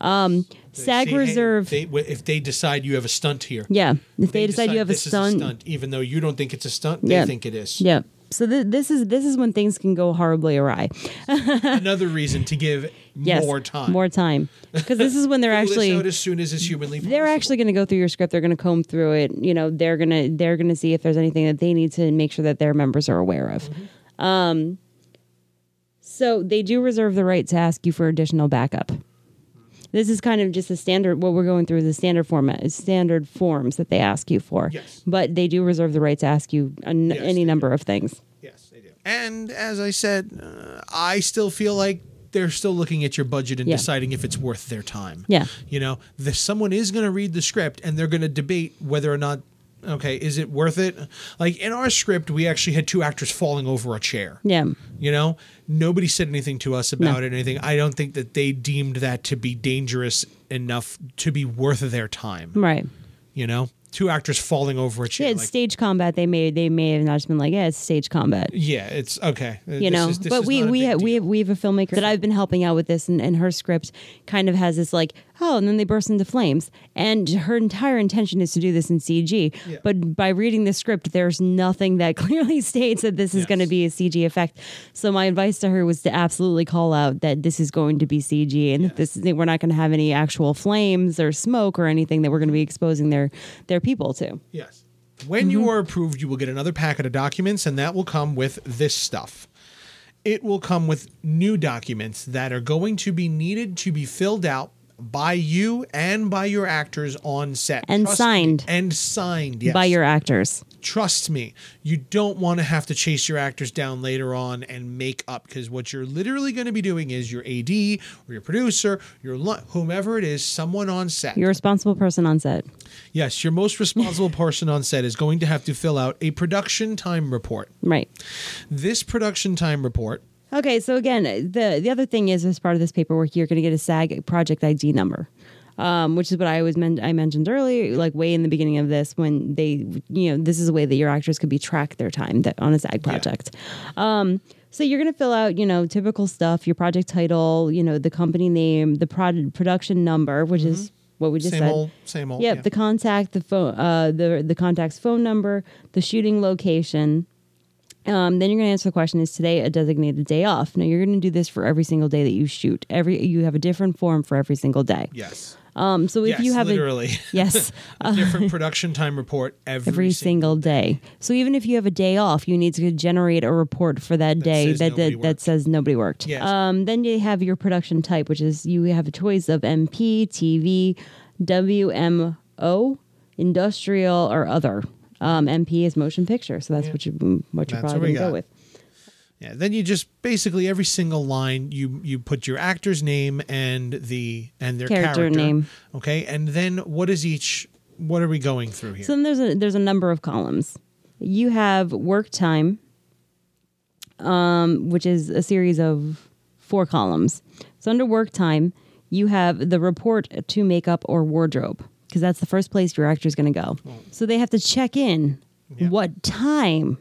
Speaker 2: Um, SAG
Speaker 1: Say, hey,
Speaker 2: Reserve.
Speaker 1: they- w- if they decide you have a stunt here.
Speaker 2: yeah. If they, decide,
Speaker 1: decide
Speaker 2: you have
Speaker 1: this is even though you don't think it's a stunt,
Speaker 2: Yeah.
Speaker 1: they think it is.
Speaker 2: Yeah. So th- this is this is when things can go horribly awry.
Speaker 1: Another reason to give
Speaker 2: Yes,
Speaker 1: more time.
Speaker 2: more time, because this is when they're
Speaker 1: Pull this out
Speaker 2: actually
Speaker 1: as soon as it's humanly possible.
Speaker 2: they're actually going to go through your script. They're going to comb through it. You know, they're gonna they're gonna see if there's anything that they need to make sure that their members are aware of. Um,
Speaker 1: Mm-hmm.
Speaker 2: so they do reserve the right to ask you for additional backup. This is kind of just a standard. What we're going through is a standard format, is standard forms that they ask you for.
Speaker 1: Yes.
Speaker 2: But they do reserve the right to ask you an,
Speaker 1: Yes,
Speaker 2: any
Speaker 1: they
Speaker 2: number of things.
Speaker 1: Yes, they do. And as I said, uh, I still feel like they're still looking at your budget and
Speaker 2: Yeah.
Speaker 1: deciding if it's worth their time.
Speaker 2: Yeah.
Speaker 1: You know, the, someone is going to read the script and they're going to debate whether or not, okay, is it worth it? Like in our script, we actually had two actors falling over a chair.
Speaker 2: Yeah.
Speaker 1: You know, nobody said anything to us about it or anything. I don't think that they deemed that to be dangerous enough to be worth their time.
Speaker 2: Right.
Speaker 1: You know, two actors falling over a chair.
Speaker 2: Hmm. Yeah, it's
Speaker 1: like-
Speaker 2: stage combat. They may they may have not just been like, yeah, it's stage combat.
Speaker 1: yeah, it's okay. Uh,
Speaker 2: You know, but we we have, we have we have a filmmaker that I've been helping out with this, and, and her script kind of has this like, oh, and then they burst into flames, and her entire intention is to do this in CG.
Speaker 1: Yeah.
Speaker 2: But by reading the script, there's nothing that clearly states that this is going to
Speaker 1: Yes.
Speaker 2: be a CG effect. So my advice to her was to absolutely call out that this is going to be CG, and that this is, we're not going to have any actual flames or smoke or anything that we're going to be exposing their their people to.
Speaker 1: Yes. When
Speaker 2: Mm-hmm.
Speaker 1: you are approved, you will get another packet of documents, and that will come with this stuff. It will come with new documents that are going to be needed to be filled out by you and by your actors on set
Speaker 2: And
Speaker 1: Trust me.
Speaker 2: signed.
Speaker 1: and signed yes.
Speaker 2: by your actors.
Speaker 1: trust me you don't want to have to chase your actors down later on and make up because what you're literally going to be doing is your ad or your producer your li- whomever it is someone on set
Speaker 2: You're a responsible person on set.
Speaker 1: Yes, your most responsible person on set is going to have to fill out a production time report.
Speaker 2: Right.
Speaker 1: This production time report,
Speaker 2: Okay, so again, the the other thing is as part of this paperwork, you're going to get a SAG project ID number. Um, which is what I always men- I mentioned earlier, like way in the beginning of this, when they, you know, this is a way that your actors could be tracked their time that on a SAG project. Um, So you're going to fill out, you know, typical stuff, your project title, you know, the company name, the prod- production number, which is what we just
Speaker 1: Mm-hmm. Same
Speaker 2: said.
Speaker 1: old, same old.
Speaker 2: Yep,
Speaker 1: yeah.
Speaker 2: the contact, the phone, uh, the the contact's phone number, the shooting location. Um, then you're going to answer the question: Is today a designated day off? Now you're going to do this for every single day that you shoot. Every you have a different form for every single day.
Speaker 1: yes.
Speaker 2: Um, so if
Speaker 1: yes,
Speaker 2: you have a
Speaker 1: literally
Speaker 2: yes,
Speaker 1: a different production time report every,
Speaker 2: every
Speaker 1: single
Speaker 2: single day. So even if you have a day off, you need to generate a report for that, day
Speaker 1: says
Speaker 2: that
Speaker 1: nobody
Speaker 2: that, that
Speaker 1: worked.
Speaker 2: says nobody worked.
Speaker 1: Yes.
Speaker 2: Um, then you have your production type, which is you have a choice of MP, TV, WMO, industrial, or other. Um, MP is motion picture, so that's what you what you're
Speaker 1: That's what
Speaker 2: probably
Speaker 1: we
Speaker 2: gonna go
Speaker 1: got.
Speaker 2: with.
Speaker 1: Yeah, then you just basically every single line you you put your actor's name and the and their
Speaker 2: Character
Speaker 1: character,
Speaker 2: name.
Speaker 1: Okay, and then what is each? What are we going through here?
Speaker 2: So then there's a there's a number of columns. You have work time, um, which is a series of four columns. So under work time, you have the report to makeup or wardrobe because that's the first place your actor is going to go. So they have to check in
Speaker 1: Yeah.
Speaker 2: what time.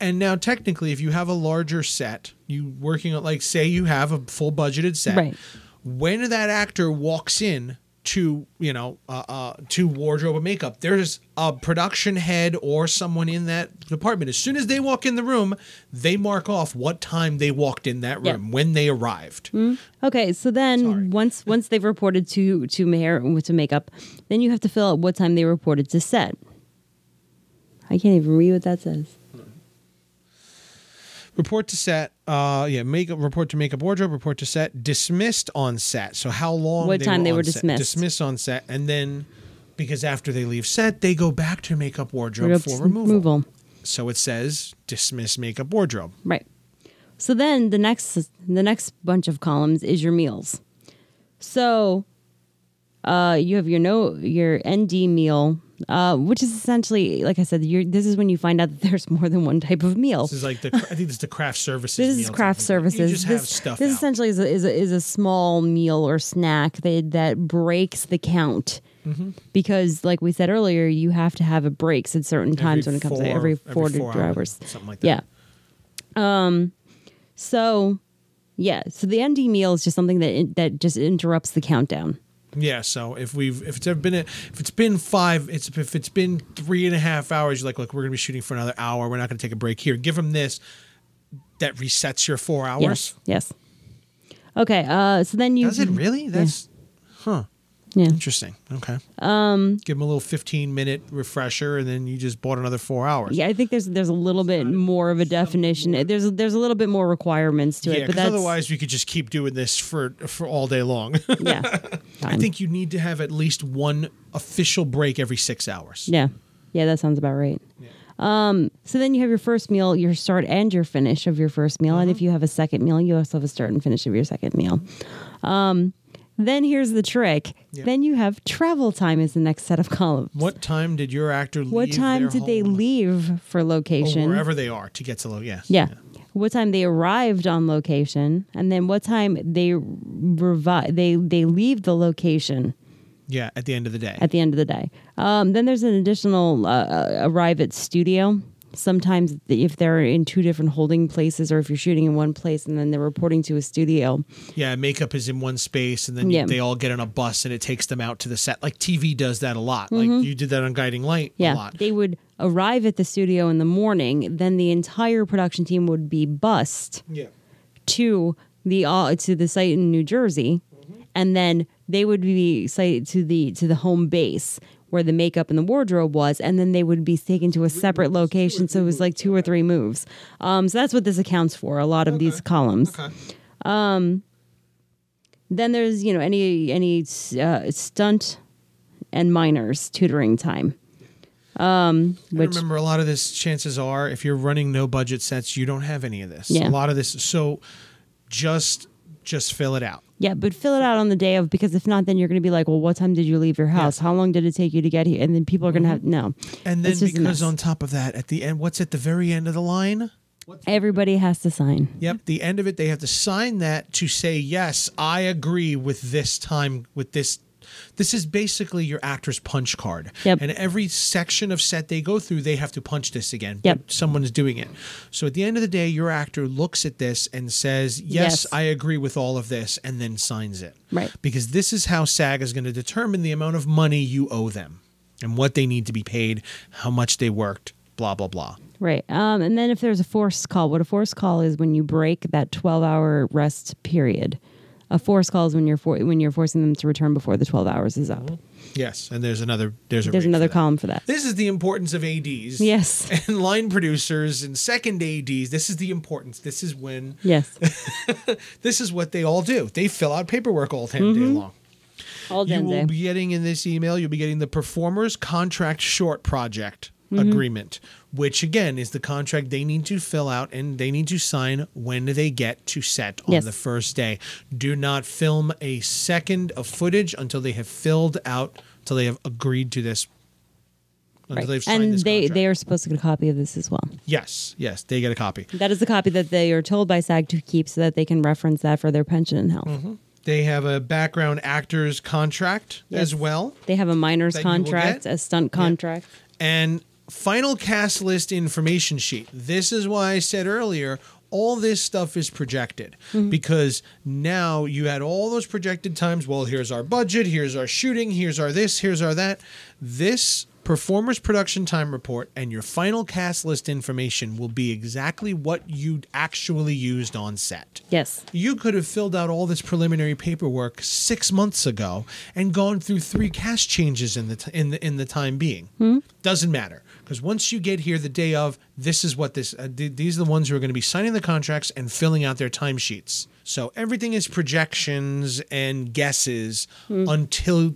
Speaker 1: and now, technically, if you have a larger set, you working on like say you have a full budgeted set.
Speaker 2: Right.
Speaker 1: When that actor walks in to you know uh, uh, to wardrobe and makeup, there's a production head or someone in that department. As soon as they walk in the room, they mark off what time they walked in that
Speaker 2: Yeah.
Speaker 1: room when they arrived.
Speaker 2: Okay, so then
Speaker 1: Sorry.
Speaker 2: once once they've reported to to hair to makeup, then you have to fill out what time they reported to set. I can't even read what that says.
Speaker 1: Report to set. Uh, yeah, makeup. Report to makeup wardrobe. Report to set. Dismissed on set. So how long?
Speaker 2: What time they
Speaker 1: on
Speaker 2: were
Speaker 1: set.
Speaker 2: dismissed.
Speaker 1: Dismissed on set, and then because after they leave set, they go back to makeup wardrobe for
Speaker 2: Removal.
Speaker 1: removal. So it says dismiss makeup wardrobe.
Speaker 2: Right. So then the next the next bunch of columns is your meals. So uh, you have your no your ND meal, uh, which is essentially like I said, you're, this is when you find out that there's more than one type of meal.
Speaker 1: This is like the. I think this is the craft services.
Speaker 2: This
Speaker 1: meal
Speaker 2: is
Speaker 1: type
Speaker 2: craft
Speaker 1: of thing.
Speaker 2: services.
Speaker 1: You just
Speaker 2: this
Speaker 1: have stuff
Speaker 2: this
Speaker 1: out.
Speaker 2: essentially is a, is, a, is a small meal or snack that that breaks the count.
Speaker 1: Mm-hmm.
Speaker 2: Because, like we said earlier, you have to have a breaks at certain times when it comes to
Speaker 1: four-
Speaker 2: every
Speaker 1: every
Speaker 2: four, to
Speaker 1: four
Speaker 2: two
Speaker 1: hours,
Speaker 2: hours,
Speaker 1: something like
Speaker 2: Yeah.
Speaker 1: that.
Speaker 2: Um. So, yeah. So the ND meal is just something that in, that just interrupts the countdown.
Speaker 1: Yeah. So if we've if it's ever been a, if it's been five it's if it's been three and a half hours, you're like, look, we're gonna be shooting for another hour. We're not gonna take a break here. Give them this. That resets your four hours.
Speaker 2: Yes. Yes. Okay. Uh. So then you
Speaker 1: Does it really? That's
Speaker 2: yeah.
Speaker 1: interesting. Okay. Um, Give them a little 15 minute refresher, and then you just bought another four hours.
Speaker 2: Yeah, I think there's there's a little bit more of a definition. There's there's a little bit more requirements to
Speaker 1: Yeah,
Speaker 2: it, but
Speaker 1: because
Speaker 2: that's
Speaker 1: otherwise we could just keep doing this for for all day long.
Speaker 2: yeah.
Speaker 1: I think you need to have at least one official break every six hours.
Speaker 2: Yeah. Yeah, that sounds about right. Um, so then you have your first meal, your start and your finish of your first meal.
Speaker 1: Mm-hmm.
Speaker 2: And if you have a second meal, you also have a start and finish of your second meal. Um, then here's the trick. Then you have travel time is the next set of columns.
Speaker 1: What time did your actor leave?
Speaker 2: What time
Speaker 1: their
Speaker 2: did they
Speaker 1: home?
Speaker 2: leave for
Speaker 1: Or
Speaker 2: location?
Speaker 1: wherever they are to get to low. Yes.
Speaker 2: Yeah. What time they arrived on location, and then what time they revi- they they leave the location
Speaker 1: Yeah. At the end of the day.
Speaker 2: at the end of the day. Um, then there's an additional uh, uh, arrive at studio. Sometimes if they're in two different holding places, or if you're shooting in one place and then they're reporting to a studio,
Speaker 1: yeah. Makeup is in one space, and then you-
Speaker 2: Yeah.
Speaker 1: they all get on a bus, and it takes them out to the set. Like TV does that a lot. Like you did that on Guiding Light a
Speaker 2: Mm-hmm. yeah,
Speaker 1: lot.
Speaker 2: they would arrive at the studio in the morning. Then the entire production team would be bussed
Speaker 1: yeah.
Speaker 2: to the uh, to the site in New Jersey, and then they would be site to the to the home base where the makeup and the wardrobe was, and then they would be taken to a separate location. So it was like two or three moves. Um, so that's what this accounts for. A lot of these columns. Um,
Speaker 1: Okay.
Speaker 2: Then there's you know any any uh, stunt and minors tutoring time. Um,
Speaker 1: I
Speaker 2: which
Speaker 1: remember a lot of this chances are if you're running no budget sets you don't have any of this
Speaker 2: Yeah.
Speaker 1: a lot of this so just just fill it out
Speaker 2: Yeah, but fill it out on the day of because if not, then you're going to be like, well, what time did you leave your house? How long did it take you to get here? And then people are going to have no.
Speaker 1: Mm-hmm. and then
Speaker 2: It's just a
Speaker 1: because
Speaker 2: mess.
Speaker 1: on top of that at the end what's at the very end of the line
Speaker 2: everybody has to sign.
Speaker 1: yep the end of it they have to sign that to say yes i agree with this time with this this is basically your actor's punch card.
Speaker 2: Yep.
Speaker 1: And every section of set they go through, they have to punch this again.
Speaker 2: Yep.
Speaker 1: But someone's doing it. So at the end of the day, your actor looks at this and says, yes,
Speaker 2: Yes.
Speaker 1: I agree with all of this, and then signs it.
Speaker 2: Right.
Speaker 1: Because this is how SAG is going to determine the amount of money you owe them and what they need to be paid, how much they worked, blah, blah, blah.
Speaker 2: Right. Um, and then if there's a forced call, what a forced call is when you break that 12 hour rest period. A forced call is when you're for, when you're forcing them to return before the 12 hours is up.
Speaker 1: Yes. And there's another, there's a
Speaker 2: There's
Speaker 1: rate for
Speaker 2: another
Speaker 1: that.
Speaker 2: column for that.
Speaker 1: This is the importance of ADs.
Speaker 2: Yes.
Speaker 1: And line producers and second ADs. This is the importance. This is when
Speaker 2: Yes.
Speaker 1: this is what they all do. They fill out paperwork all damn
Speaker 2: Mm-hmm.
Speaker 1: day long.
Speaker 2: All
Speaker 1: You
Speaker 2: damn
Speaker 1: will
Speaker 2: day.
Speaker 1: be getting in this email, you'll be getting the performers contract short project
Speaker 2: Mm-hmm.
Speaker 1: agreement, which again is the contract they need to fill out and they need to sign when they get to set on
Speaker 2: Yes.
Speaker 1: the first day. Do not film a second of footage until they have filled out, until they have agreed to this. Until
Speaker 2: Right.
Speaker 1: they've signed
Speaker 2: And
Speaker 1: this
Speaker 2: they,
Speaker 1: contract.
Speaker 2: they are supposed to get a copy of this as well.
Speaker 1: Yes, yes, they get a copy.
Speaker 2: That is the copy that they are told by SAG to keep so that they can reference that for their pension and health.
Speaker 1: They have a background actors contract as
Speaker 2: Yes.
Speaker 1: well,
Speaker 2: They have a minor's
Speaker 1: That you will
Speaker 2: contract,
Speaker 1: get?
Speaker 2: a stunt contract.
Speaker 1: and final cast list information sheet. This is why I said earlier all this stuff is projected because now you had all those projected times. Well, here's our budget, here's our shooting, here's our this, here's our that. This performer's production time report and your final cast list information will be exactly what you actually used on set.
Speaker 2: Yes.
Speaker 1: You could have filled out all this preliminary paperwork six months ago and gone through three cast changes in the t- in the in the time being.
Speaker 2: Hmm?
Speaker 1: Doesn't matter because once you get here the day of, this is what this. Uh, th- these are the ones who are going to be signing the contracts and filling out their timesheets. So everything is projections and guesses
Speaker 2: Hmm.
Speaker 1: until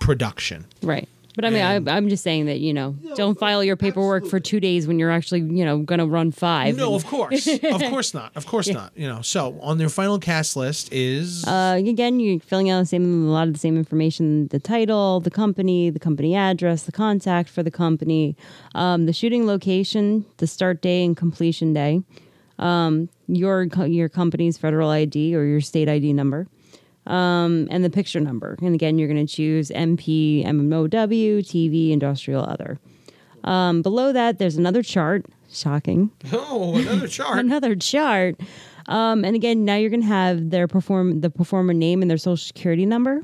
Speaker 1: production.
Speaker 2: Right. But I mean, I, I'm just saying that, you know, don't file your paperwork for two days when you're actually, you know, going to run five.
Speaker 1: No, of course, of course not, of course not. You know, so on their final cast list is
Speaker 2: Uh, again, you're filling out the same a lot of the same information: the title, the company, the company address, the contact for the company, um, the shooting location, the start day and completion day, um, your co- your company's federal ID or your state ID number, um, and the picture number. And again, you're going to choose MP, MMOW, TV, industrial, other. Um, below that, there's another chart. Shocking
Speaker 1: oh another chart.
Speaker 2: another chart. Um, and again, now you're going to have their perform the performer name and their social security number.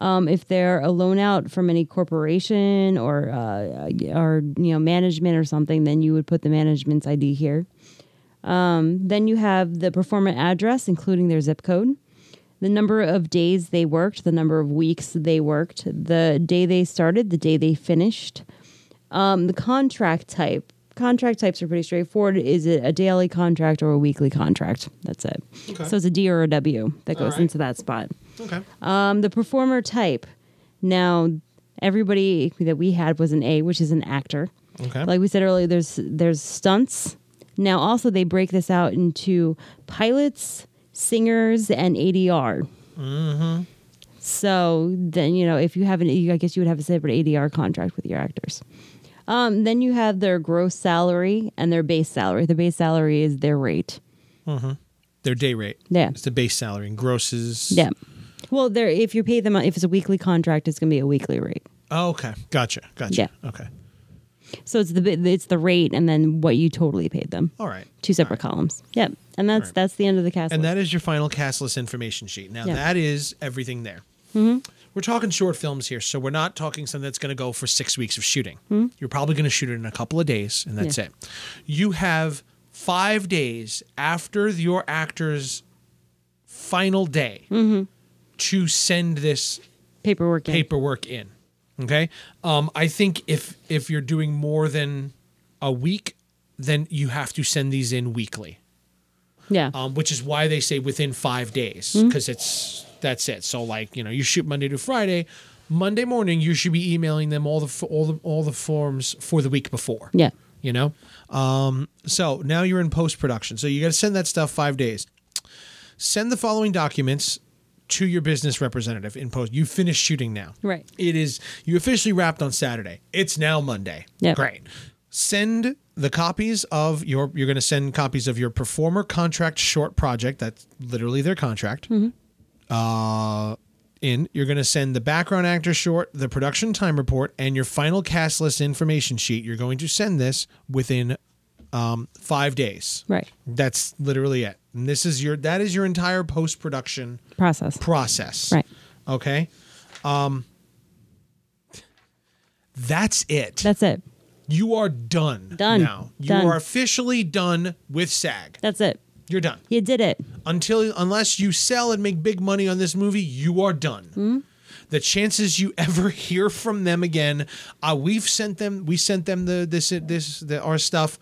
Speaker 2: Um, if they're a loan out from any corporation or uh, or you know management or something, then you would put the management's ID here. Um, then you have the performer address, including their zip code, the number of days they worked, the number of weeks they worked, the day they started, the day they finished, um, the contract type. Contract types are pretty straightforward. Is it a daily contract or a weekly contract? That's it.
Speaker 1: Okay.
Speaker 2: So it's a D or a W that goes
Speaker 1: right.
Speaker 2: into that spot.
Speaker 1: Okay.
Speaker 2: Um, the performer type. Now, everybody that we had was an A, which is an actor.
Speaker 1: Okay.
Speaker 2: Like we said earlier, there's there's stunts. Now, also they break this out into pilots, singers, and ADR. Mm-hmm. So then you know if you have an, I guess you would have a separate ADR contract with your actors. Um, then you have their gross salary and their base salary. The base salary is their rate.
Speaker 1: their day rate.
Speaker 2: Yeah.
Speaker 1: It's the base salary and grosses.
Speaker 2: Yeah. Well, there if you pay them if it's a weekly contract, it's going to be a weekly rate.
Speaker 1: Oh, okay. Gotcha. Gotcha.
Speaker 2: Yeah.
Speaker 1: Okay.
Speaker 2: So it's the bi- it's the rate and then what you totally paid them.
Speaker 1: All right.
Speaker 2: Two separate columns. Yep. And that's
Speaker 1: Right.
Speaker 2: that's the end of the cast.
Speaker 1: And
Speaker 2: list.
Speaker 1: that is your final cast list information sheet. Now
Speaker 2: Yeah. Mm-hmm.
Speaker 1: that is everything there. We're talking short films here, so we're not talking something that's going to go for six weeks of shooting. You're probably going to shoot it in a couple of days, and that's
Speaker 2: Mm-hmm. Yeah.
Speaker 1: it. You have five days after your actor's final day
Speaker 2: Mm-hmm.
Speaker 1: to send this
Speaker 2: paperwork. in.
Speaker 1: paperwork in. Okay. Um, I think if if you're doing more than a week, then you have to send these in weekly,
Speaker 2: Yeah.
Speaker 1: um, which is why they say within five days because it's that's it. So like you know you shoot Monday to Friday, Monday morning you should be emailing them all the f- all the all the forms for the week before.
Speaker 2: Yeah.
Speaker 1: You know. Um, so now you're in post production, so you got to send that stuff five days. Send the following documents to your business representative in post. You finished shooting now.
Speaker 2: Right.
Speaker 1: It is you officially wrapped on Saturday. It's now Monday.
Speaker 2: Yep.
Speaker 1: Great. Send the copies of your you're going to send copies of your performer contract short project that's literally their contract. Uh in, you're going to send the background actor short, the production time report, and your final cast list information sheet. You're going to send this within um, five days.
Speaker 2: Right.
Speaker 1: That's literally it. And this is your that is your entire post production
Speaker 2: Process.
Speaker 1: process.
Speaker 2: Right.
Speaker 1: Okay. Um, that's it.
Speaker 2: That's it.
Speaker 1: you are done.
Speaker 2: Done.
Speaker 1: Now you
Speaker 2: Done.
Speaker 1: are officially done with SAG.
Speaker 2: That's it.
Speaker 1: You're done
Speaker 2: You did it.
Speaker 1: until unless you sell and make big money on this movie, you are done.
Speaker 2: Hmm?
Speaker 1: The chances you ever hear from them again, uh, we've sent them we sent them the this this the, our stuff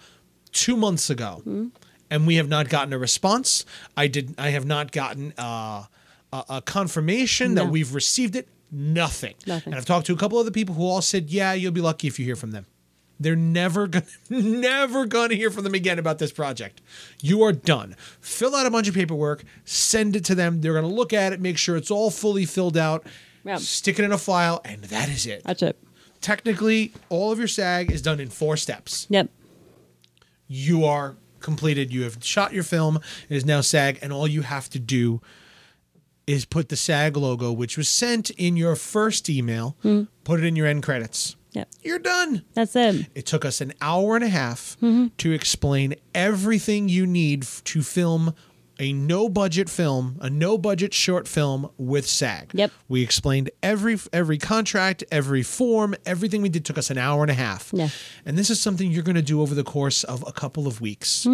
Speaker 1: two months ago,
Speaker 2: Hmm?
Speaker 1: and we have not gotten a response. I did I have not gotten uh, a, a confirmation
Speaker 2: No.
Speaker 1: that we've received it. Nothing.
Speaker 2: Nothing.
Speaker 1: And I've talked to a couple other people who all said, "Yeah, you'll be lucky if you hear from them." They're never gonna, never gonna hear from them again about this project. You are done. Fill out a bunch of paperwork, send it to them. They're gonna look at it, make sure it's all fully filled out,
Speaker 2: Yep.
Speaker 1: stick it in a file, and that is it.
Speaker 2: That's it.
Speaker 1: Technically, all of your SAG is done in four steps.
Speaker 2: Yep.
Speaker 1: You are completed. You have shot your film. It is now SAG, and all you have to do is put the SAG logo, which was sent in your first email, put it in your end credits.
Speaker 2: Yep.
Speaker 1: You're done.
Speaker 2: That's it.
Speaker 1: It took us an hour and a half
Speaker 2: Mm-hmm.
Speaker 1: to explain everything you need f- to film a no budget film, a no budget short film with SAG.
Speaker 2: Yep.
Speaker 1: We explained every every contract, every form, everything we did took us an hour and a half.
Speaker 2: Yeah.
Speaker 1: And this is something you're going to do over the course of a couple of weeks.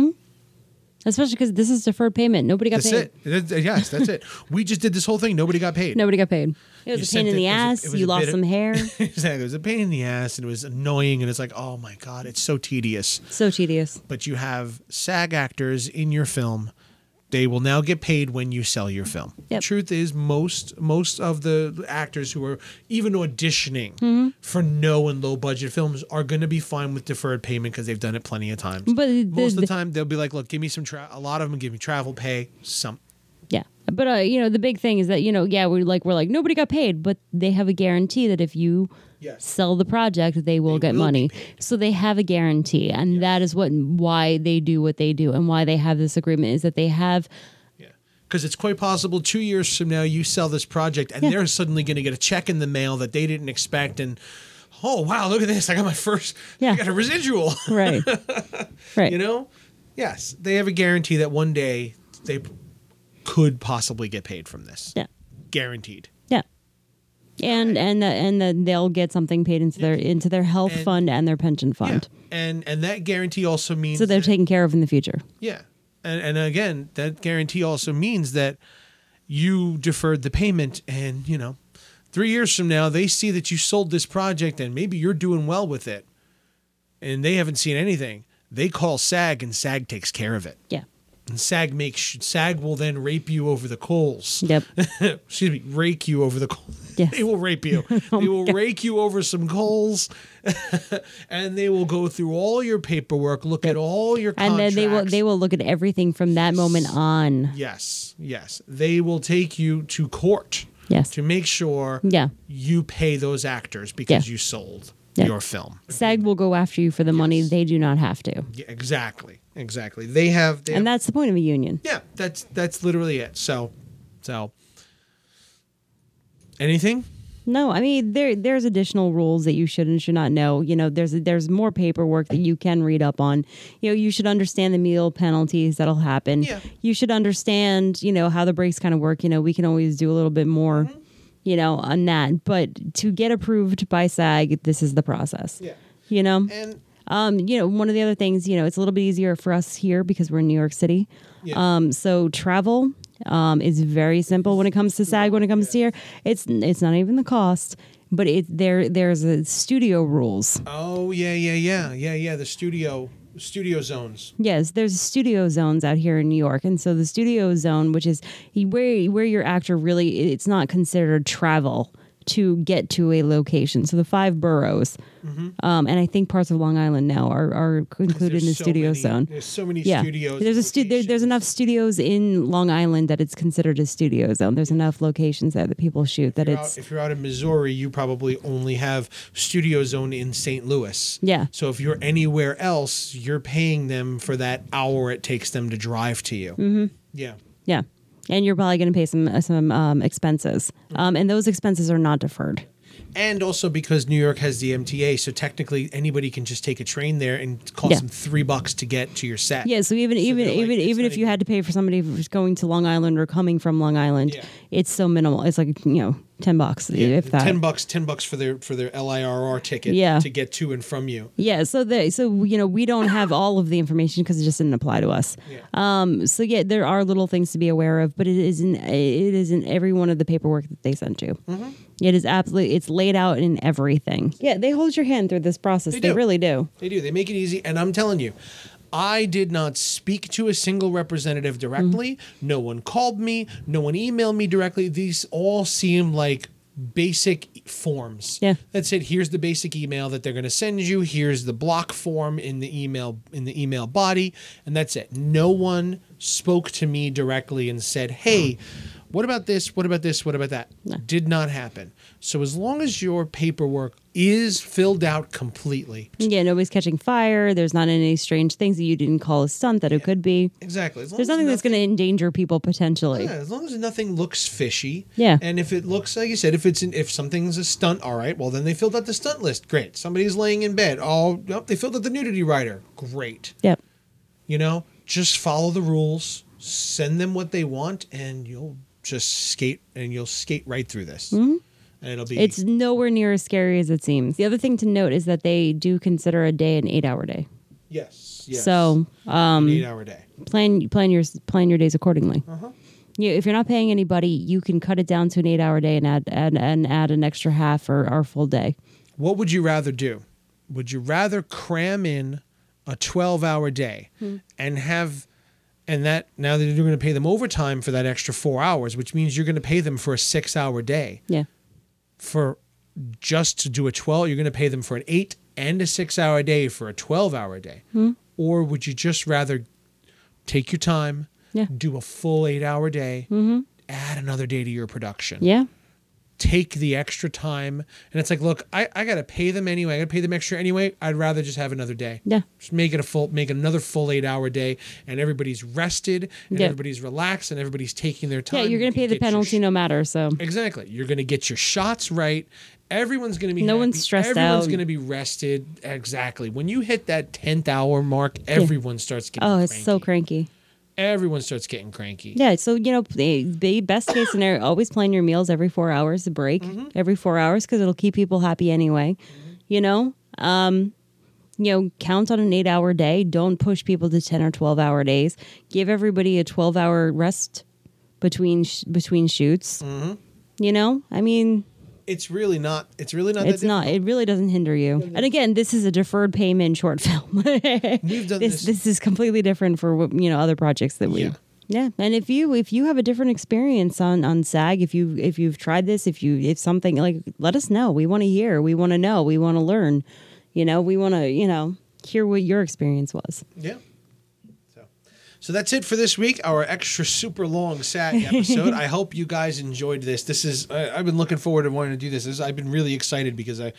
Speaker 2: Especially because this is deferred payment. Nobody got
Speaker 1: That's
Speaker 2: Mm, paid.
Speaker 1: it. That's- Yes, that's it. We just did this whole thing. Nobody got paid.
Speaker 2: Nobody got paid. It
Speaker 1: You
Speaker 2: was a
Speaker 1: sent
Speaker 2: pain in
Speaker 1: it-
Speaker 2: the
Speaker 1: it was a-
Speaker 2: ass.
Speaker 1: it was a
Speaker 2: you lost
Speaker 1: bit of-
Speaker 2: some hair.
Speaker 1: exactly. It was a pain in the ass and it was annoying and it's like, "Oh my god, it's so tedious."
Speaker 2: so tedious.
Speaker 1: but you have SAG actors in your film. They will now get paid when you sell your film.
Speaker 2: Yep.
Speaker 1: Truth is, most most of the actors who are even auditioning
Speaker 2: Mm-hmm.
Speaker 1: for no and low budget films are going to be fine with deferred payment because they've done it plenty of times.
Speaker 2: But the-
Speaker 1: most of
Speaker 2: the-
Speaker 1: the time, they'll be like, "Look, give me some. Tra- a lot of them give me travel pay. Some
Speaker 2: Yeah. But uh, you know, the big thing is that, you know, yeah, we're like we're like nobody got paid, but they have a guarantee that if you
Speaker 1: Yes.
Speaker 2: sell the project, they will get
Speaker 1: will be
Speaker 2: money. So they have a guarantee, and that is what why they do what they do and why they have this agreement is that they have
Speaker 1: Because it's quite possible two years from now you sell this project and they're suddenly going to get a check in the mail that they didn't expect. And oh, wow, look at this. I got my first,
Speaker 2: Yeah.
Speaker 1: I got a residual.
Speaker 2: right. right.
Speaker 1: you know? Yes, they have a guarantee that one day they p- could possibly get paid from this.
Speaker 2: Yeah.
Speaker 1: Guaranteed.
Speaker 2: Yeah. And and the, and the, they'll get something paid into their into their health
Speaker 1: And-
Speaker 2: fund and their pension
Speaker 1: Yeah.
Speaker 2: fund.
Speaker 1: And and that guarantee also means
Speaker 2: So they're
Speaker 1: that-
Speaker 2: taken care of in the future.
Speaker 1: Yeah. And and again, that guarantee also means that you deferred the payment and, you know, 3 years from now they see that you sold this project and maybe you're doing well with it and they haven't seen anything. They call SAG and SAG takes care of it.
Speaker 2: Yeah.
Speaker 1: And SAG makes SAG will then rape you over the coals.
Speaker 2: Yep.
Speaker 1: excuse me, rake you over the coals.
Speaker 2: Yes. Oh,
Speaker 1: They will rape you. they will rake you over some coals, and they will go through all your paperwork, look at all your
Speaker 2: and then
Speaker 1: contracts.
Speaker 2: they will they will look at everything from that moment on.
Speaker 1: Yes, yes, they will take you to court
Speaker 2: Yes.
Speaker 1: to make sure
Speaker 2: Yeah.
Speaker 1: you pay those actors because
Speaker 2: Yeah.
Speaker 1: you sold
Speaker 2: Yeah.
Speaker 1: your film.
Speaker 2: SAG will go after you for the money they do not have to.
Speaker 1: Yeah, exactly, exactly. They have, they have
Speaker 2: And that's the point of a union.
Speaker 1: yeah, that's that's literally it. So, so anything.
Speaker 2: No, I mean there there's additional rules that you should and should not know. You know, there's there's more paperwork that you can read up on. You know, you should understand the meal penalties that'll happen.
Speaker 1: Yeah.
Speaker 2: You should understand, you know, how the breaks kind of work. You know, we can always do a little bit more,
Speaker 1: Mm-hmm.
Speaker 2: you know, on that. But to get approved by SAG, this is the process.
Speaker 1: Yeah.
Speaker 2: You know?
Speaker 1: And
Speaker 2: Um, you know, one of the other things, you know, it's a little bit easier for us here because we're in New York City.
Speaker 1: Yeah.
Speaker 2: Um, so travel um, is very simple when it comes to SAG. When it comes to here, it's it's not even the cost, but it there there's a studio rules.
Speaker 1: Oh yeah, yeah, yeah, yeah, yeah. The studio studio zones.
Speaker 2: Yes, there's studio zones out here in New York, and so the studio zone, which is where where your actor really, it's not considered travel to get to a location. So the five boroughs, um, and I think parts of Long Island now are are included in
Speaker 1: Mm-hmm.
Speaker 2: the
Speaker 1: There's so
Speaker 2: studio
Speaker 1: many-
Speaker 2: zone.
Speaker 1: There's so many
Speaker 2: yeah.
Speaker 1: studios.
Speaker 2: There's a stu- there, there's enough studios in Long Island that it's considered a studio zone. There's enough locations there that people shoot that
Speaker 1: If you're, out,
Speaker 2: it's
Speaker 1: if you're out in Missouri, you probably only have studio zone in St. Louis.
Speaker 2: Yeah.
Speaker 1: So if you're anywhere else, you're paying them for that hour it takes them to drive to you. Mm-hmm. Yeah.
Speaker 2: yeah. and you're probably going to pay some some um, expenses,
Speaker 1: Mm-hmm.
Speaker 2: um, and those expenses are not deferred.
Speaker 1: and also because New York has the MTA, so technically anybody can just take a train there and it costs
Speaker 2: Yeah.
Speaker 1: them three bucks to get to your set.
Speaker 2: Yeah, so even even
Speaker 1: they're like,
Speaker 2: even
Speaker 1: it's
Speaker 2: even
Speaker 1: not
Speaker 2: if you
Speaker 1: even-
Speaker 2: had to pay for somebody who's going to Long Island or coming from Long Island,
Speaker 1: Yeah.
Speaker 2: it's so minimal. It's like you know ten bucks
Speaker 1: Yeah,
Speaker 2: if that.
Speaker 1: ten bucks, ten bucks for their for their LIRR ticket
Speaker 2: Yeah.
Speaker 1: to get to and from you.
Speaker 2: yeah, so they so you know we don't have all of the information because it just didn't apply to us.
Speaker 1: Yeah.
Speaker 2: Um, so yeah, there are little things to be aware of, but it isn't it isn't every one of the paperwork that they sent you. It is absolutely it's laid out in everything. Mm-hmm. Yeah, they hold your hand through this process.
Speaker 1: They
Speaker 2: they
Speaker 1: do.
Speaker 2: really do.
Speaker 1: They do. They make it easy. And I'm telling you, I did not speak to a single representative directly. No one called me. No one emailed me directly. These all seem like basic forms.
Speaker 2: Yeah.
Speaker 1: That's it. Here's the basic email that they're going to send you. Here's the block form in the email in the email body, and that's it. No one spoke to me directly and said, "Hey, what about this? What about this? What about that?" Did not happen. So as long as your paperwork is filled out completely,
Speaker 2: Yeah, nobody's catching fire. There's not any strange things that you didn't call a stunt that it could be.
Speaker 1: Exactly. As long
Speaker 2: There's
Speaker 1: as
Speaker 2: nothing that's going to endanger people potentially.
Speaker 1: Yeah, as long as nothing looks fishy.
Speaker 2: Yeah.
Speaker 1: And if it looks like you said, if it's an, if something's a stunt, all right. Well, then they filled out the stunt list. Great. Somebody's laying in bed. Oh, nope, they filled out the nudity rider. Great.
Speaker 2: Yep.
Speaker 1: You know, just follow the rules. Send them what they want, and you'll just skate and you'll skate right through this. And it'll be
Speaker 2: Mm-hmm. It's nowhere near as scary as it seems. The other thing to note is that they do consider a day an eight hour day.
Speaker 1: yes, yes.
Speaker 2: So
Speaker 1: um, eight hour day.
Speaker 2: plan plan your plan your days accordingly.
Speaker 1: Uh-huh.
Speaker 2: You, if you're not paying anybody, you can cut it down to an eight hour day and add and, and add an extra half or, or full day.
Speaker 1: What would you rather do? Would you rather cram in a 12 hour day and have, and that now that you're going to pay them overtime for that extra four hours, which means you're going to pay them for a six hour day
Speaker 2: Yeah.
Speaker 1: for just to do a 12, you're going to pay them for an eight and a six hour day for a 12 hour day? Or would you just rather take your time,
Speaker 2: Yeah.
Speaker 1: do a full eight hour day, add another day to your production?
Speaker 2: Yeah.
Speaker 1: take the extra time and it's like look i, I gotta pay them anyway i gotta pay them extra anyway i'd rather just have another day
Speaker 2: Yeah.
Speaker 1: just make it a full make another full eight hour day and everybody's rested and
Speaker 2: Yeah.
Speaker 1: everybody's relaxed and everybody's taking their time
Speaker 2: Yeah, you're
Speaker 1: You
Speaker 2: going to
Speaker 1: can
Speaker 2: pay the
Speaker 1: get your
Speaker 2: penalty
Speaker 1: sh-
Speaker 2: no matter. So
Speaker 1: exactly you're gonna get your shots right everyone's gonna be
Speaker 2: No
Speaker 1: happy.
Speaker 2: one's stressed
Speaker 1: everyone's
Speaker 2: out.
Speaker 1: gonna be rested exactly when you hit that 10th hour mark everyone starts getting
Speaker 2: Oh, it's
Speaker 1: cranky.
Speaker 2: so cranky.
Speaker 1: everyone starts getting cranky
Speaker 2: Yeah, so you know, the the best case scenario, always plan your meals every four hours, a break every four hours, because it'll keep people happy anyway. You know, um, you know, count on an eight hour day. Don't push people to ten or twelve hour days. Give everybody a twelve hour rest between sh- between shoots. You know, I mean,
Speaker 1: it's really not it's really not
Speaker 2: it's
Speaker 1: that
Speaker 2: not. It really doesn't hinder you. And again, this is a deferred payment short film.
Speaker 1: we've done
Speaker 2: this this is completely different for what you know other projects that we
Speaker 1: Yeah.
Speaker 2: yeah. and if you if you have a different experience on on SAG, if you if you've tried this, if you if something like let us know. We want to hear. We want to know. We want to learn. You know, we want to you know hear what your experience was.
Speaker 1: Yeah. So, so that's it for this week. Our extra super long SAG episode. I hope you guys enjoyed this. This is I, I've been looking forward to wanting to do this. this. I've been really excited because I